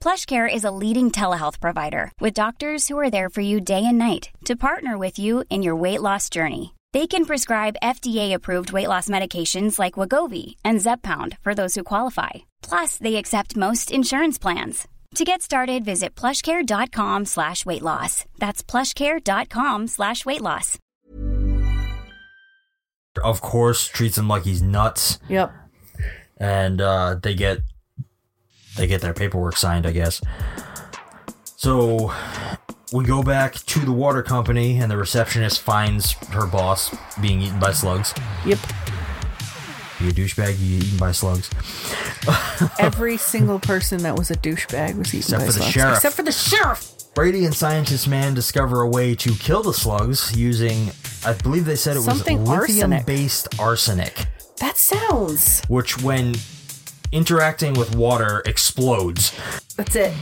Speaker 13: PlushCare is a leading telehealth provider with doctors who are there for you day and night to partner with you in your weight loss journey. They can prescribe FDA-approved weight loss medications like Wagovi and Zepbound for those who qualify. Plus, they accept most insurance plans. To get started, visit plushcare.com slash weight loss. That's plushcare.com slash weight loss.
Speaker 1: of course treats him like he's nuts,
Speaker 11: Yep.
Speaker 1: and uh, they get they get their paperwork signed, I guess. So we go back to the water company, and the receptionist finds her boss being eaten by slugs.
Speaker 11: Yep.
Speaker 1: You a douchebag, you get eaten by slugs.
Speaker 11: Every single person that was a douchebag was eaten
Speaker 1: Except
Speaker 11: by
Speaker 1: for the
Speaker 11: slugs.
Speaker 1: sheriff.
Speaker 11: Except for the sheriff.
Speaker 1: Brady and scientist man discover a way to kill the slugs using, I believe they said it
Speaker 11: Something
Speaker 1: was
Speaker 11: arsenic.
Speaker 1: lithium-based arsenic,
Speaker 11: That sounds.
Speaker 1: which when interacting with water explodes.
Speaker 11: That's it.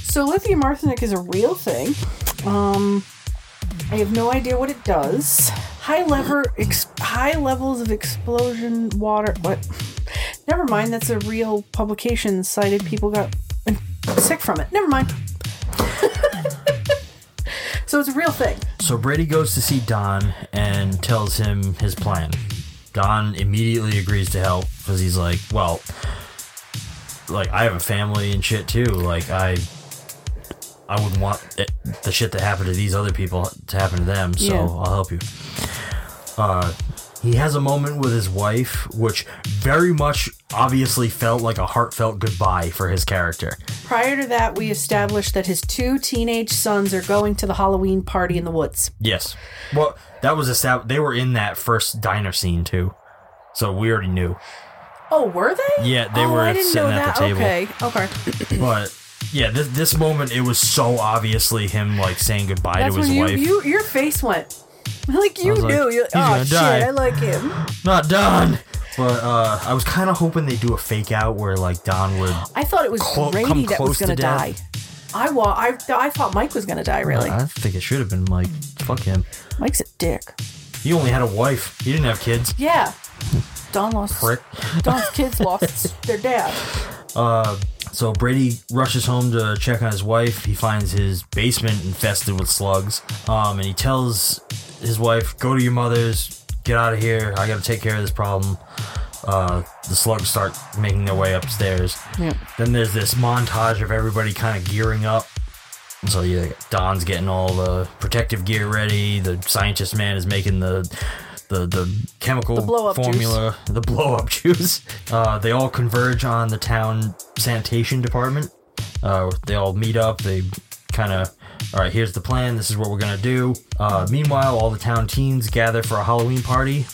Speaker 11: So lithium arsenic is a real thing. Um, I have no idea what it does. High lever, ex- high levels of explosion water. What? Never mind. That's a real publication cited. People got sick from it. Never mind. so it's a real thing.
Speaker 1: So Brady goes to see Don and tells him his plan. Don immediately agrees to help because he's like, well, like I have a family and shit too. Like I, I wouldn't want it, the shit that happened to these other people to happen to them. So
Speaker 14: Yeah.
Speaker 1: I'll help you. Uh, he has a moment with his wife, which very much obviously felt like a heartfelt goodbye for his character.
Speaker 11: Prior to that, we established that his two teenage sons are going to the Halloween party in the woods.
Speaker 1: Yes. Well, that was established. They were in that first diner scene too, so we already knew.
Speaker 11: Oh, were they?
Speaker 1: Yeah, they
Speaker 11: oh,
Speaker 1: were
Speaker 11: I didn't
Speaker 1: sitting
Speaker 11: know
Speaker 1: at
Speaker 11: that.
Speaker 1: the table.
Speaker 11: Okay. Okay.
Speaker 1: But yeah, this this moment it was so obviously him like saying goodbye
Speaker 11: That's
Speaker 1: to his
Speaker 11: when you,
Speaker 1: wife.
Speaker 11: you your face went like you
Speaker 1: was like,
Speaker 11: knew. You're
Speaker 1: "He's
Speaker 11: like, oh
Speaker 1: gonna
Speaker 11: shit,
Speaker 1: die."
Speaker 11: I like him.
Speaker 1: Not Don. But uh, I was kind of hoping they do a fake out where like Don would.
Speaker 11: I thought it was
Speaker 1: Clo- come
Speaker 11: Brady that was
Speaker 1: close to
Speaker 11: gonna
Speaker 1: death.
Speaker 11: die. I wa- I I thought Mike was gonna die. Really,
Speaker 1: I think it should have been like fuck him.
Speaker 11: Mike's a dick.
Speaker 1: He only had a wife. He didn't have kids.
Speaker 11: Yeah, Don lost.
Speaker 1: Prick.
Speaker 11: Don's kids lost their dad.
Speaker 1: Uh, so Brady rushes home to check on his wife. He finds his basement infested with slugs. Um, and he tells his wife, "Go to your mother's. Get out of here. I got to take care of this problem." Uh, the slugs start making their way upstairs.
Speaker 11: Yep.
Speaker 1: Then there's this montage of everybody kind of gearing up. So yeah, Don's getting all the protective gear ready. The scientist man is making the the, the chemical
Speaker 11: The blow-up
Speaker 1: formula, the blow up juice. Uh, they all converge on the town sanitation department. Uh, they all meet up. They kind of all right, here's the plan. This is what we're going to do. Uh, meanwhile, all the town teens gather for a Halloween party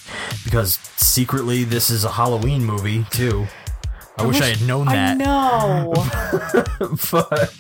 Speaker 1: because secretly this is a Halloween movie, too. I, wish, I had known that.
Speaker 11: I know.
Speaker 1: but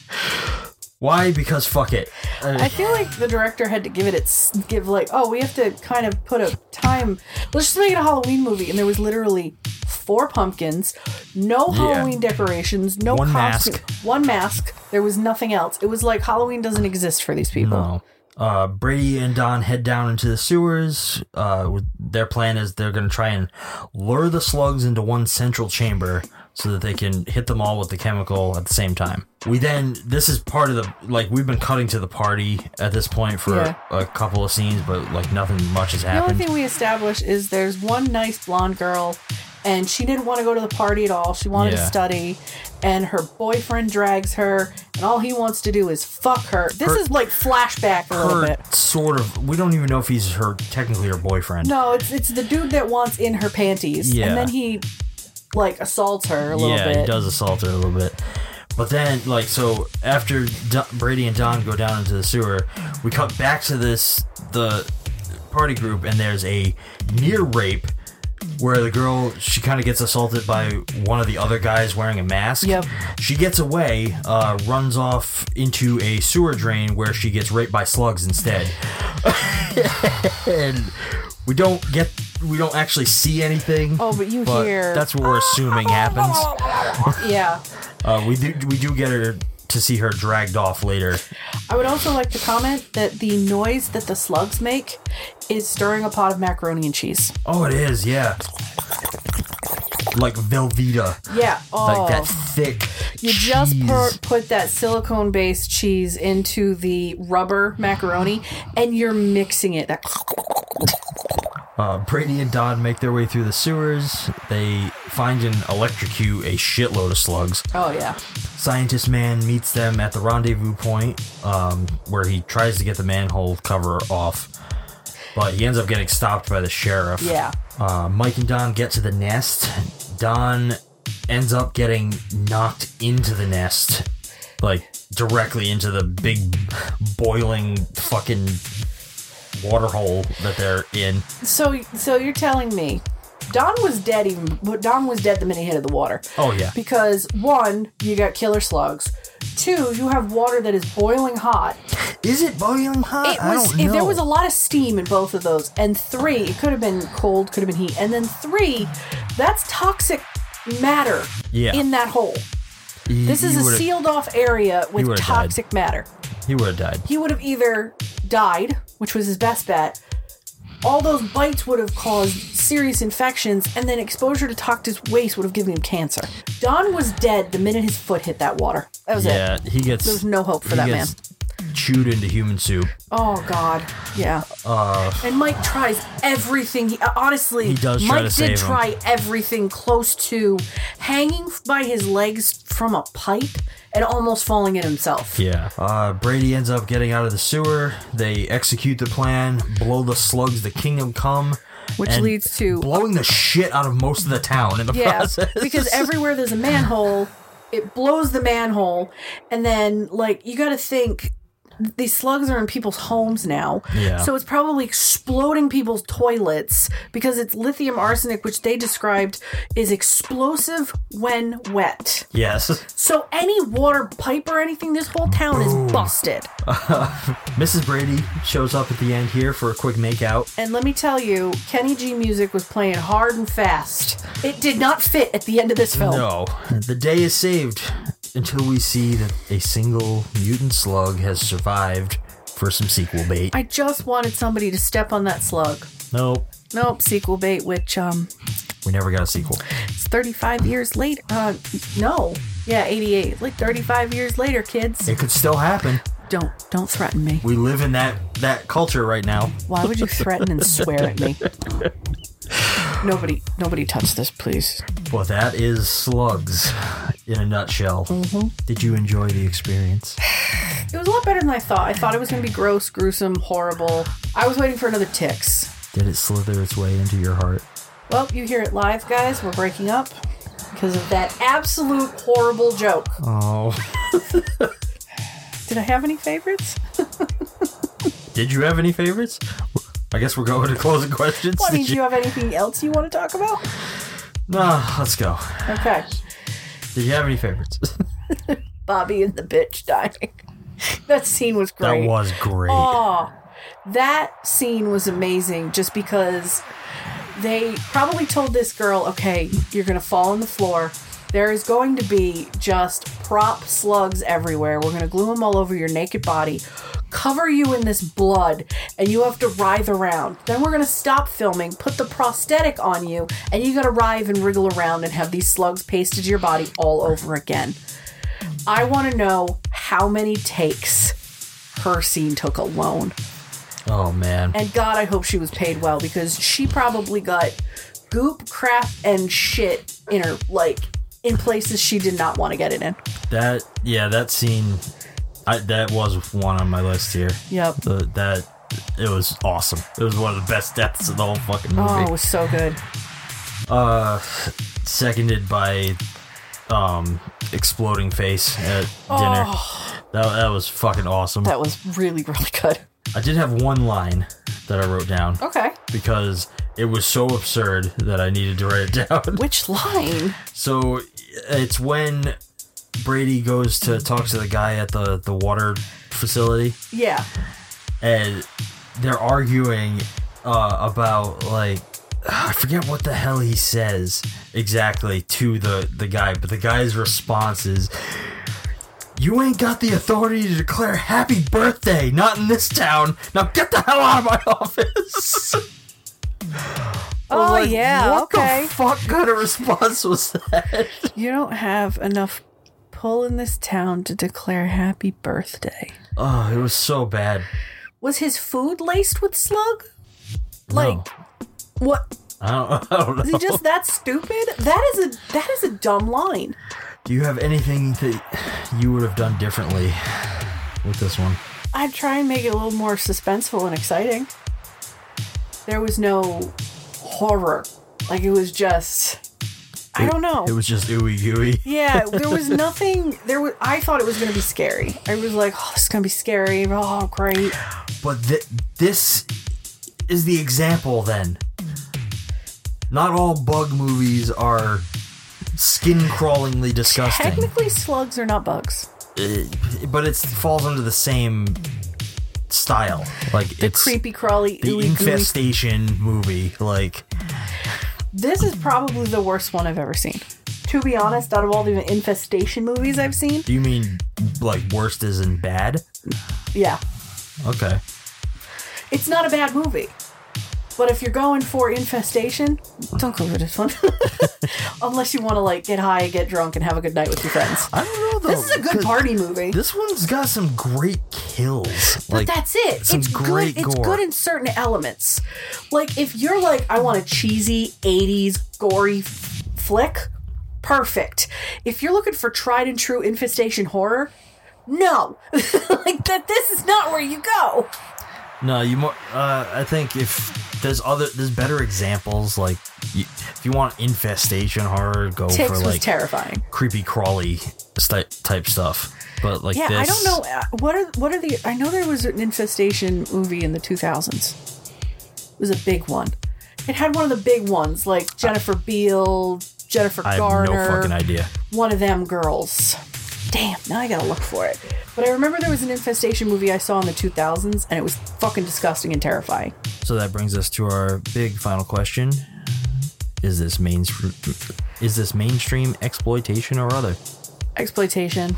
Speaker 1: why? Because fuck it. Uh,
Speaker 11: I feel like the director had to give it its give like, oh, we have to kind of put a time. Let's just make it a Halloween movie, and there was literally four pumpkins, no
Speaker 1: Yeah.
Speaker 11: Halloween decorations, no
Speaker 1: One
Speaker 11: costume,
Speaker 1: mask.
Speaker 11: one mask. There was nothing else. It was like Halloween doesn't exist for these people.
Speaker 1: No. Uh, Brady and Don head down into the sewers. Uh, with- their plan is they're going to try and lure the slugs into one central chamber so that they can hit them all with the chemical at the same time. We then, this is part of the, like, we've been cutting to the party at this point for
Speaker 11: Yeah.
Speaker 1: a, couple of scenes, but, like, nothing much has
Speaker 11: The only
Speaker 1: happened.
Speaker 11: thing we established is there's one nice blonde girl, and she didn't want to go to the party at all. She wanted
Speaker 1: Yeah.
Speaker 11: to study, and her boyfriend drags her, and all he wants to do is fuck her. This
Speaker 1: Her-
Speaker 11: is like flashback a little
Speaker 1: her
Speaker 11: bit.
Speaker 1: sort of, we don't even know if he's her, technically her boyfriend.
Speaker 11: No, it's it's the dude that wants in her panties,
Speaker 1: Yeah.
Speaker 11: and then he like assaults her a little
Speaker 1: yeah,
Speaker 11: bit.
Speaker 1: he does assault her a little bit. But then, like, so after Do- Brady and Don go down into the sewer, we cut back to this the party group, and there's a near rape where the girl she kind of gets assaulted by one of the other guys wearing a mask. Yep. She gets away, uh, runs off into a sewer drain where she gets raped by slugs instead. and we don't get we don't actually see anything.
Speaker 11: Oh, but you hear-
Speaker 1: that's what we're assuming happens.
Speaker 11: Yeah.
Speaker 1: Uh, we do we do get her to see her dragged off later.
Speaker 11: I would also like to comment that the noise that the slugs make is stirring a pot of macaroni and cheese.
Speaker 1: Oh, it is, yeah. Like Velveeta.
Speaker 11: Yeah. Oh.
Speaker 1: Like that thick.
Speaker 11: You just per- put that silicone based cheese into the rubber macaroni and you're mixing it. That-
Speaker 1: Uh, Brady and Don make their way through the sewers. They find and electrocute a shitload of slugs.
Speaker 11: oh, yeah.
Speaker 1: Scientist man meets them at the rendezvous point, um, where he tries to get the manhole cover off, but he ends up getting stopped by the sheriff.
Speaker 11: Yeah.
Speaker 1: Uh, Mike and Don get to the nest. Don ends up getting knocked into the nest, like directly into the big boiling fucking water hole that they're in.
Speaker 11: So, so you're telling me Don was dead even, but Don was dead the minute he hit the water.
Speaker 1: Oh, yeah.
Speaker 11: Because one, you got killer slugs. Two, you have water that is boiling hot.
Speaker 1: Is it boiling hot?
Speaker 11: It
Speaker 1: I
Speaker 11: was.
Speaker 1: don't
Speaker 11: it- There
Speaker 1: know.
Speaker 11: was a lot of steam in both of those. And three, it could have been cold, could have been heat. And then three, that's toxic matter
Speaker 1: Yeah.
Speaker 11: in that hole.
Speaker 1: He-
Speaker 11: This is
Speaker 1: he
Speaker 11: a
Speaker 1: would've-
Speaker 11: sealed off area
Speaker 1: he
Speaker 11: with
Speaker 1: would've
Speaker 11: toxic matter.
Speaker 1: He would have died.
Speaker 11: He would have either died, which was his best bet. All those bites would have caused serious infections, and then exposure to toxic waste would have given him cancer. Don was dead the minute his foot hit that water. That was
Speaker 1: yeah,
Speaker 11: it.
Speaker 1: he gets.
Speaker 11: There was no hope for
Speaker 1: he
Speaker 11: that
Speaker 1: gets
Speaker 11: man.
Speaker 1: Chewed into human soup.
Speaker 11: Oh God, yeah.
Speaker 1: Uh,
Speaker 11: And Mike tries everything. He, uh, honestly,
Speaker 1: He does try
Speaker 11: Mike
Speaker 1: to
Speaker 11: did
Speaker 1: save him.
Speaker 11: try everything close to hanging by his legs from a pipe and almost falling in himself.
Speaker 1: Yeah. Uh, Brady ends up getting out of the sewer. They execute the plan, blow the slugs the kingdom come.
Speaker 11: Which
Speaker 1: and
Speaker 11: leads to-
Speaker 1: blowing the shit out of most of the town in the
Speaker 11: Yeah,
Speaker 1: process.
Speaker 11: because everywhere there's a manhole, it blows the manhole, and then like you got to think these slugs are in people's homes now.
Speaker 14: Yeah.
Speaker 11: So it's probably exploding people's toilets because it's lithium arsenic, which they described is explosive when wet.
Speaker 1: yes.
Speaker 11: So any water pipe or anything, this whole town is busted.
Speaker 1: Mrs. Brady shows up at the end here for a quick makeout.
Speaker 11: And let me tell you, Kenny G music was playing hard and fast. It did not fit at the end of this film.
Speaker 1: No. The day is saved until we see that a single mutant slug has survived for some sequel bait.
Speaker 11: I just wanted somebody to step on that slug.
Speaker 1: nope.
Speaker 11: Nope, sequel bait, which um,
Speaker 1: We never got a sequel.
Speaker 11: it's 35 years later. Uh, no, yeah, 88. Like 35 years later, kids.
Speaker 1: It could still happen.
Speaker 11: Don't don't threaten me.
Speaker 1: We live in that that culture right now.
Speaker 11: Why would you threaten and swear at me? Nobody, nobody touch this, please.
Speaker 1: Well, that is slugs in a nutshell.
Speaker 11: Mm-hmm.
Speaker 1: Did you enjoy the experience?
Speaker 11: It was a lot better than I thought. I thought it was gonna be gross, gruesome, horrible. I was waiting for another ticks.
Speaker 1: Did it slither its way into your heart?
Speaker 11: Well, you hear it live, guys. We're breaking up because of that absolute horrible joke.
Speaker 1: Oh,
Speaker 11: Did I have any favorites?
Speaker 1: Did you have any favorites? I guess we're going to closing questions.
Speaker 2: Well, I mean,
Speaker 1: Did
Speaker 2: do you have anything else you want to talk about?
Speaker 1: No, Ah, let's go.
Speaker 2: Okay.
Speaker 1: Did you have any favorites?
Speaker 11: Bobby and the bitch dying. that scene was great.
Speaker 1: That was great.
Speaker 11: Oh, that scene was amazing just because they probably told this girl, okay, you're going to fall on the floor. There is going to be just prop slugs everywhere. We're going to glue them all over your naked body, cover you in this blood, and you have to writhe around. Then we're going to stop filming, put the prosthetic on you, and you got to writhe and wriggle around and have these slugs pasted to your body all over again. I want to know how many takes her scene took alone.
Speaker 1: Oh man.
Speaker 11: And God, I hope she was paid well because she probably got goop, crap, and shit in her like in places she did not want to get it in.
Speaker 1: That yeah, that scene I, that was one on my list here.
Speaker 11: Yep.
Speaker 1: The, that it was awesome. It was one of the best deaths of the whole fucking movie.
Speaker 11: Oh, it was so good.
Speaker 1: Uh, seconded by um exploding face at dinner.
Speaker 11: Oh.
Speaker 1: That that was fucking awesome.
Speaker 11: That was really really good.
Speaker 1: I did have one line that I wrote down.
Speaker 11: Okay.
Speaker 1: Because it was so absurd that I needed to write it down.
Speaker 11: Which line?
Speaker 1: So it's when Brady goes to talk to the guy at the the water facility
Speaker 11: Yeah.
Speaker 1: and they're arguing uh, about like I forget what the hell he says exactly to the the guy, but the guy's response is. You ain't got the authority to declare happy birthday, not in this town. Now get the hell out of my office. I was
Speaker 11: Oh,
Speaker 1: like,
Speaker 11: yeah,
Speaker 1: What
Speaker 11: okay.
Speaker 1: the fuck kind of response was that?
Speaker 11: You don't have enough pull in this town to declare happy birthday.
Speaker 1: Oh, it was so bad.
Speaker 11: Was his food laced with slug? Like what?
Speaker 1: I don't, I don't know.
Speaker 11: Is he just that stupid? That is a that is a dumb line.
Speaker 1: Do you have anything that you would have done differently with this one?
Speaker 11: I'd try and make it a little more suspenseful and exciting. There was no horror. Like it was just I
Speaker 1: It-
Speaker 11: don't know.
Speaker 1: It was just ooey gooey.
Speaker 11: yeah, there was nothing there was I thought it was gonna be scary. I was like, oh, this is gonna be scary. Oh great.
Speaker 1: But th- this is the example then. Not all bug movies are skin crawlingly disgusting,
Speaker 11: Technically slugs are not bugs.
Speaker 1: Uh, but it falls under the same style. Like it's
Speaker 11: Creepy crawly
Speaker 1: the
Speaker 11: ooey gooey.
Speaker 1: infestation movie. Like
Speaker 11: This is probably the worst one I've ever seen. To be honest, out of all the infestation movies I've seen,
Speaker 1: do you mean like worst is in bad?
Speaker 11: yeah.
Speaker 1: Okay.
Speaker 11: It's not a bad movie. But if you're going for infestation, don't go for this one. Unless you want to like get high, get drunk, and have a good night with your friends.
Speaker 1: I don't know though.
Speaker 11: This is a good party movie.
Speaker 1: This one's got some great kills.
Speaker 11: But that's it.
Speaker 1: Some
Speaker 11: It's
Speaker 1: great
Speaker 11: good. It's
Speaker 1: gore.
Speaker 11: good in certain elements. Like if you're like, I want a cheesy '80s gory f- flick, perfect. If you're looking for tried and true infestation horror, no, like that. This is not where you go.
Speaker 1: No, you more. Uh, I think if there's other, there's better examples. Like you, if you want infestation horror, go
Speaker 11: Ticks
Speaker 1: Oh, for
Speaker 11: was
Speaker 1: like
Speaker 11: terrifying.
Speaker 1: creepy crawly sti- type stuff. But like
Speaker 11: yeah,
Speaker 1: this,
Speaker 11: I don't know uh, what are what are the. I know there was an infestation movie in the two thousands. It was a big one. It had one of the big ones like Jennifer Beal, Jennifer
Speaker 1: I have
Speaker 11: Garner.
Speaker 1: no fucking idea.
Speaker 11: One of them girls. Damn, now I gotta look for it. But I remember there was an infestation movie I saw in the two thousands, and it was fucking disgusting and terrifying.
Speaker 1: So that brings us to our big final question: Is this mainstream? Is this mainstream exploitation or other?
Speaker 11: Exploitation.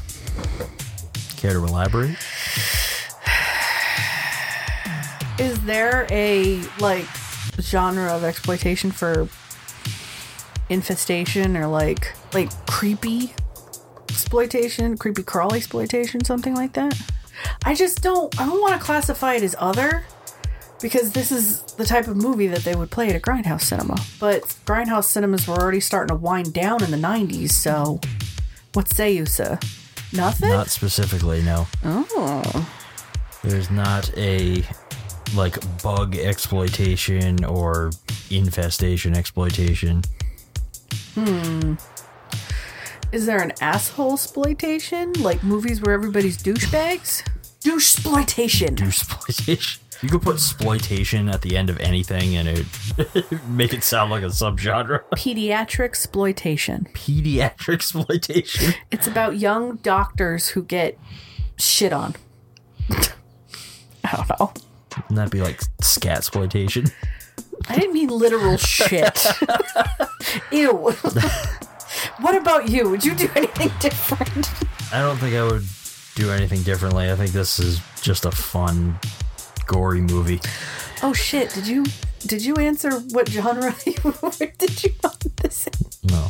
Speaker 1: Care to elaborate?
Speaker 11: Is there a like genre of exploitation for infestation or like like creepy exploitation, creepy crawly exploitation, something like that? I just don't I don't want to classify it as other because this is the type of movie that they would play at a grindhouse cinema. But grindhouse cinemas were already starting to wind down in the 90s, so what say you, sir? Nothing?
Speaker 1: Not specifically. No,
Speaker 11: oh.
Speaker 1: there's not a like bug exploitation or infestation exploitation.
Speaker 11: Hmm. Is there an asshole exploitation? Like movies where everybody's douchebags? Douche exploitation.
Speaker 1: Douche exploitation. You could put exploitation at the end of anything and it would make it sound like a subgenre.
Speaker 11: Pediatric exploitation.
Speaker 1: Pediatric exploitation.
Speaker 11: It's about young doctors who get shit on.
Speaker 2: I don't know.
Speaker 1: Wouldn't that be like scat exploitation?
Speaker 11: I didn't mean literal shit. Ew. what about you? Would you do anything different?
Speaker 1: I don't think I would do anything differently. I think this is just a fun, gory movie.
Speaker 11: Oh shit! Did you did you answer what genre you were? Did you want this? in?
Speaker 1: No.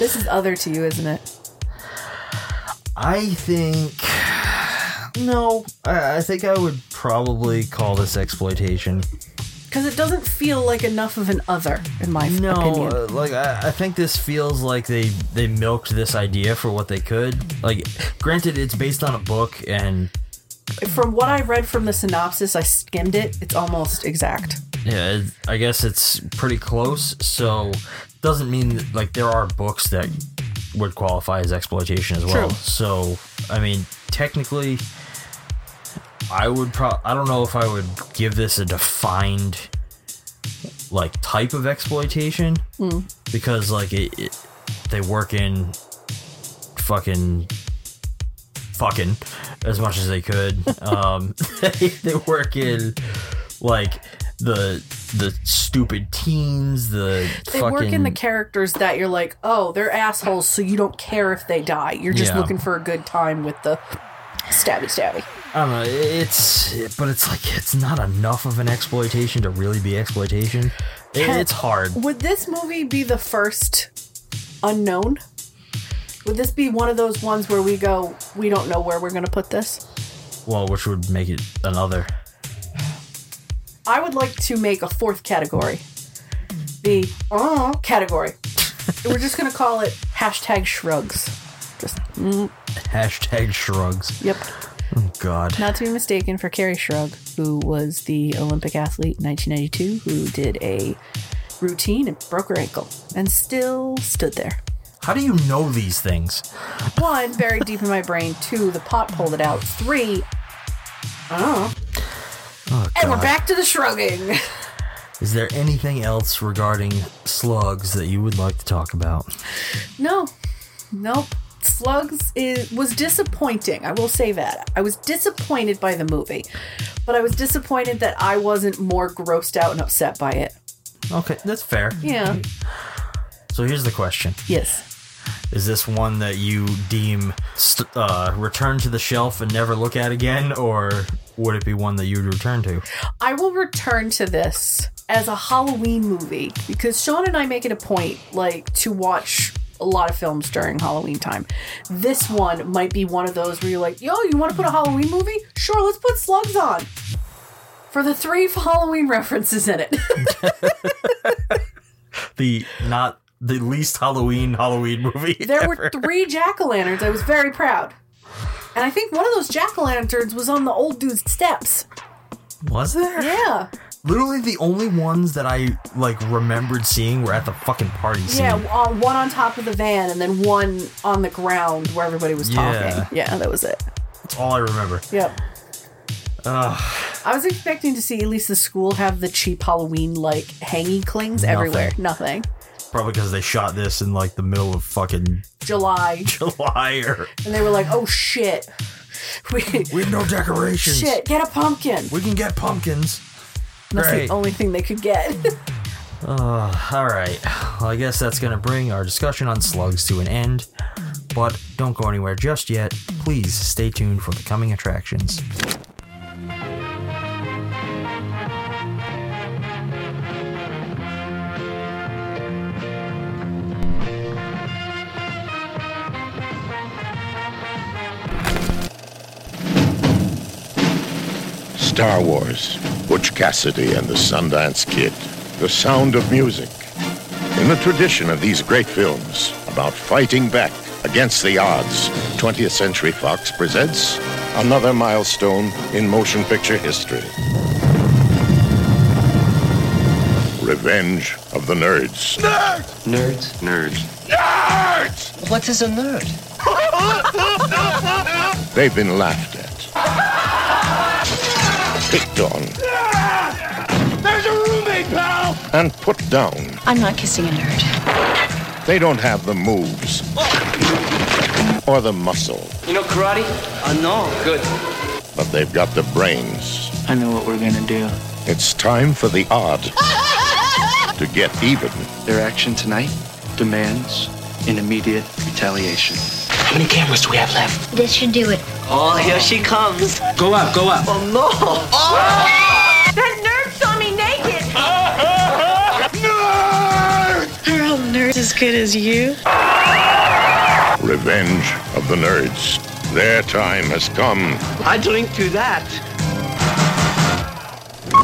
Speaker 11: This is other to you, isn't it?
Speaker 1: I think. No, I, I think I would probably call this exploitation.
Speaker 11: Because it doesn't feel like enough of an other in my
Speaker 1: No,
Speaker 11: opinion.
Speaker 1: uh, like I, I think this feels like they they milked this idea for what they could. Like, granted, it's based on a book, and
Speaker 11: From what I read from the synopsis, I skimmed it. It's almost exact.
Speaker 1: yeah, it- I guess it's pretty close. So, doesn't mean that, like there are books that would qualify as exploitation as well.
Speaker 11: True.
Speaker 1: So, I mean, technically, I would pro. I don't know if I would give this a defined like type of exploitation.
Speaker 11: Mm.
Speaker 1: because like it, it they work in fucking fucking as much as they could um they, they work in like the the stupid teens the
Speaker 11: They
Speaker 1: fucking
Speaker 11: work in the characters that you're like, oh, they're assholes, so you don't care if they die. You're just
Speaker 1: Yeah.
Speaker 11: looking for a good time with the stabby stabby.
Speaker 1: i don't know it's but it's like it's not enough of an exploitation to really be exploitation it,
Speaker 11: Can-
Speaker 1: it's hard
Speaker 11: Would this movie be the first unknown? Would this be one of those ones where we go, we don't know where we're going to put this?
Speaker 1: well which would make it another
Speaker 11: I would like to make a fourth category. The uh, category. We're just gonna call it hashtag shrugs. Just mm,
Speaker 1: hashtag shrugs
Speaker 11: yep.
Speaker 1: oh god
Speaker 11: Not to be mistaken for Carrie Shrug, who was the Olympic athlete in 1992, who did a routine and broke her ankle and still stood there.
Speaker 1: how do you know these things
Speaker 11: One, buried deep in my brain. Two, the pot pulled it out. Three, I don't know.
Speaker 1: oh,
Speaker 11: And
Speaker 1: God.
Speaker 11: we're back to the shrugging.
Speaker 1: Is there anything else regarding slugs that you would like to talk about?
Speaker 11: No, nope. Slugs is, was disappointing. I will say that. I was disappointed by the movie, but I was disappointed that I wasn't more grossed out and upset by it.
Speaker 1: Okay, that's fair.
Speaker 11: Yeah.
Speaker 1: So here's the question
Speaker 11: Yes.
Speaker 1: Is this one that you deem st- uh, return to the shelf and never look at again, or would it be one that you'd return to?
Speaker 11: I will return to this as a Halloween movie because Sean and I make it a point like to watch a lot of films during Halloween time. This one might be one of those where you're like, "Yo, you want to put a Halloween movie? Sure, let's put Slugs on." For the three Halloween references in it.
Speaker 1: The not the least Halloween Halloween movie.
Speaker 11: There
Speaker 1: ever.
Speaker 11: were three jack o' lanterns. I was very proud. And I think one of those jack o' lanterns was on the old dude's steps.
Speaker 1: Was there?
Speaker 11: Yeah.
Speaker 1: Literally the only ones that I like remembered seeing were at the fucking party scene.
Speaker 11: Yeah, on, one on top of the van and then one on the ground where everybody was
Speaker 1: Yeah.
Speaker 11: talking. Yeah, that was it.
Speaker 1: That's all I remember.
Speaker 11: Yep.
Speaker 1: Ugh,
Speaker 11: I was expecting to see at least the school have the cheap Halloween like hanging clings
Speaker 1: Nothing.
Speaker 11: everywhere. Nothing.
Speaker 1: probably because they shot this in like the middle of fucking
Speaker 11: July.
Speaker 1: July or
Speaker 11: And they were like, oh shit. We,
Speaker 1: We have no decorations.
Speaker 11: shit, get a pumpkin.
Speaker 1: We can get pumpkins.
Speaker 11: And That's
Speaker 1: Great.
Speaker 11: the only thing they could get.
Speaker 1: Uh, all right. Well, I guess that's going to bring our discussion on slugs to an end. But don't go anywhere just yet. Please stay tuned for the coming attractions.
Speaker 6: Star Wars, Butch Cassidy and the Sundance Kid, The Sound of Music. In the tradition of these great films about fighting back against the odds, 20th Century Fox presents another milestone in motion picture history. Revenge of the Nerds.
Speaker 10: Nerds. Nerds.
Speaker 6: Nerds!
Speaker 10: What is a nerd?
Speaker 6: They've been laughed at, picked on
Speaker 4: There's a roommate, pal!
Speaker 6: and put down.
Speaker 14: I'm not kissing a nerd.
Speaker 6: They don't have the moves or the muscle,
Speaker 8: You know karate? Uh, no. Good.
Speaker 6: but they've got the brains.
Speaker 8: I know what we're gonna do.
Speaker 6: It's time for the odd to get even.
Speaker 8: Their action tonight demands an immediate retaliation.
Speaker 15: How many cameras do we have left?
Speaker 16: This should do it.
Speaker 15: Oh, here she comes.
Speaker 8: Go up, go up.
Speaker 15: Oh no!
Speaker 14: That nerd saw me naked!
Speaker 17: Are all nerds as good as you?
Speaker 6: Revenge of the nerds. Their time has come.
Speaker 15: I drink to that.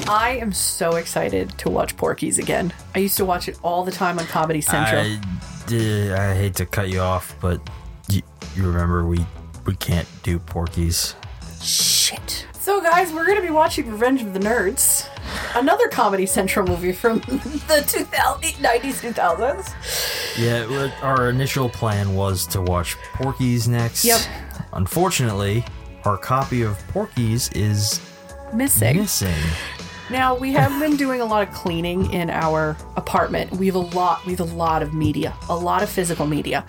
Speaker 11: I am so excited to watch Porky's again. I used to watch it all the time on Comedy Central.
Speaker 1: I, d- I hate to cut you off, but you, you remember we we can't do Porkies.
Speaker 11: Shit. So, guys, we're going to be watching Revenge of the Nerds, another Comedy Central movie from the 2000, 90s, 2000s.
Speaker 1: Yeah, well, our initial plan was to watch Porky's next.
Speaker 11: Yep.
Speaker 1: Unfortunately, our copy of Porky's is
Speaker 11: Missing.
Speaker 1: missing.
Speaker 11: Now, we have been doing a lot of cleaning in our apartment. We have a lot, we have a lot of media, a lot of physical media.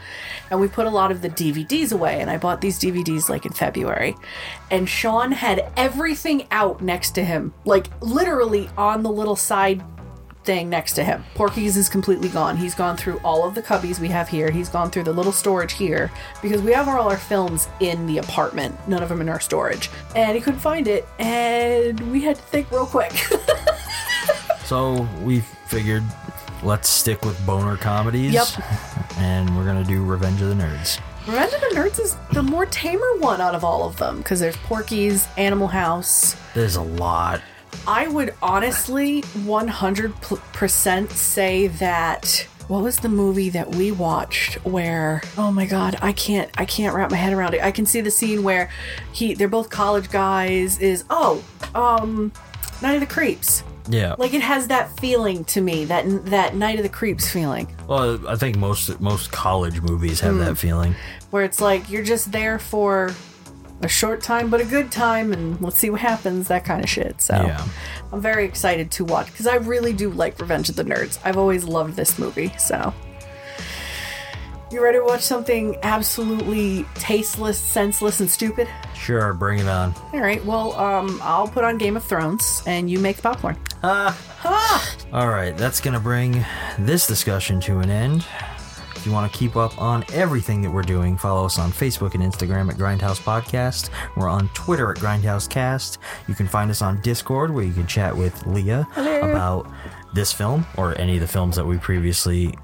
Speaker 11: And we put a lot of the DVDs away. And I bought these DVDs like in February. And Sean had everything out next to him, like literally on the little side thing next to him. Porky's is completely gone. He's gone through all of the cubbies we have here. He's gone through the little storage here because we have all our films in the apartment, none of them in our storage. And he couldn't find it, and we had to think real quick.
Speaker 1: So we figured let's stick with boner comedies.
Speaker 11: Yep.
Speaker 1: And we're going to do Revenge of the Nerds.
Speaker 11: Revenge of the Nerds is the more tamer one out of all of them because there's Porky's, Animal House.
Speaker 1: There's a lot.
Speaker 11: I would honestly 100% say that what was the movie that we watched where oh my god I can't I can't wrap my head around it. I can see the scene where he they're both college guys is oh um Night of the Creeps.
Speaker 1: Yeah.
Speaker 11: Like it has that feeling to me that that Night of the Creeps feeling.
Speaker 1: Well, I think most most college movies have
Speaker 11: Hmm.
Speaker 1: that feeling.
Speaker 11: where it's like you're just there for a short time but a good time and let's see what happens that kind of shit so
Speaker 1: Yeah.
Speaker 11: i'm very excited to watch because i really do like revenge of the nerds i've always loved this movie so you ready to watch something absolutely tasteless senseless and stupid
Speaker 1: Sure, bring it on.
Speaker 11: all right well um i'll put on game of thrones and you make the popcorn
Speaker 1: All right, that's going to bring this discussion to an end. If you want to keep up on everything that we're doing, follow us on Facebook and Instagram at Grindhouse Podcast. We're on Twitter at Grindhouse Cast. You can find us on Discord where you can chat with Leah
Speaker 11: Hello.
Speaker 1: about this film or any of the films that we previously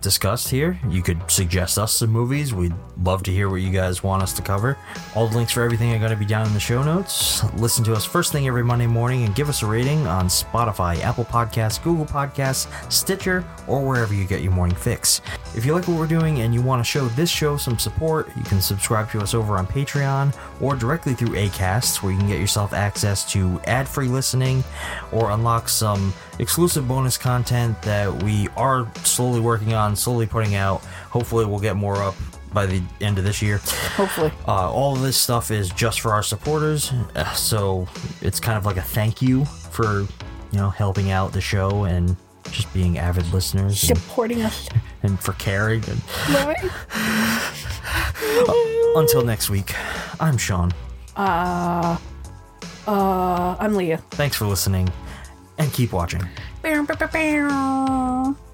Speaker 1: discussed here. You could suggest us some movies. We'd love to hear what you guys want us to cover. All the links for everything are going to be down in the show notes. Listen to us first thing every Monday morning and give us a rating on Spotify, Apple Podcasts, Google Podcasts, Stitcher, or wherever you get your morning fix. If you like what we're doing and you want to show this show some support, you can subscribe to us over on Patreon or directly through ACAST, where you can get yourself access to ad free listening or unlock some exclusive bonus content that we are slowly working on, slowly putting out. Hopefully, we'll get more up by the end of this year.
Speaker 11: Hopefully.
Speaker 1: Uh, all of this stuff is just for our supporters, uh, so it's kind of like a thank you for, you know, helping out the show and just being avid listeners and,
Speaker 2: Supporting us.
Speaker 1: and for caring. And
Speaker 11: Uh,
Speaker 1: until next week, I'm Sean.
Speaker 11: uh uh i'm leah
Speaker 1: Thanks for listening and keep watching.
Speaker 11: Bow, bow, bow, bow.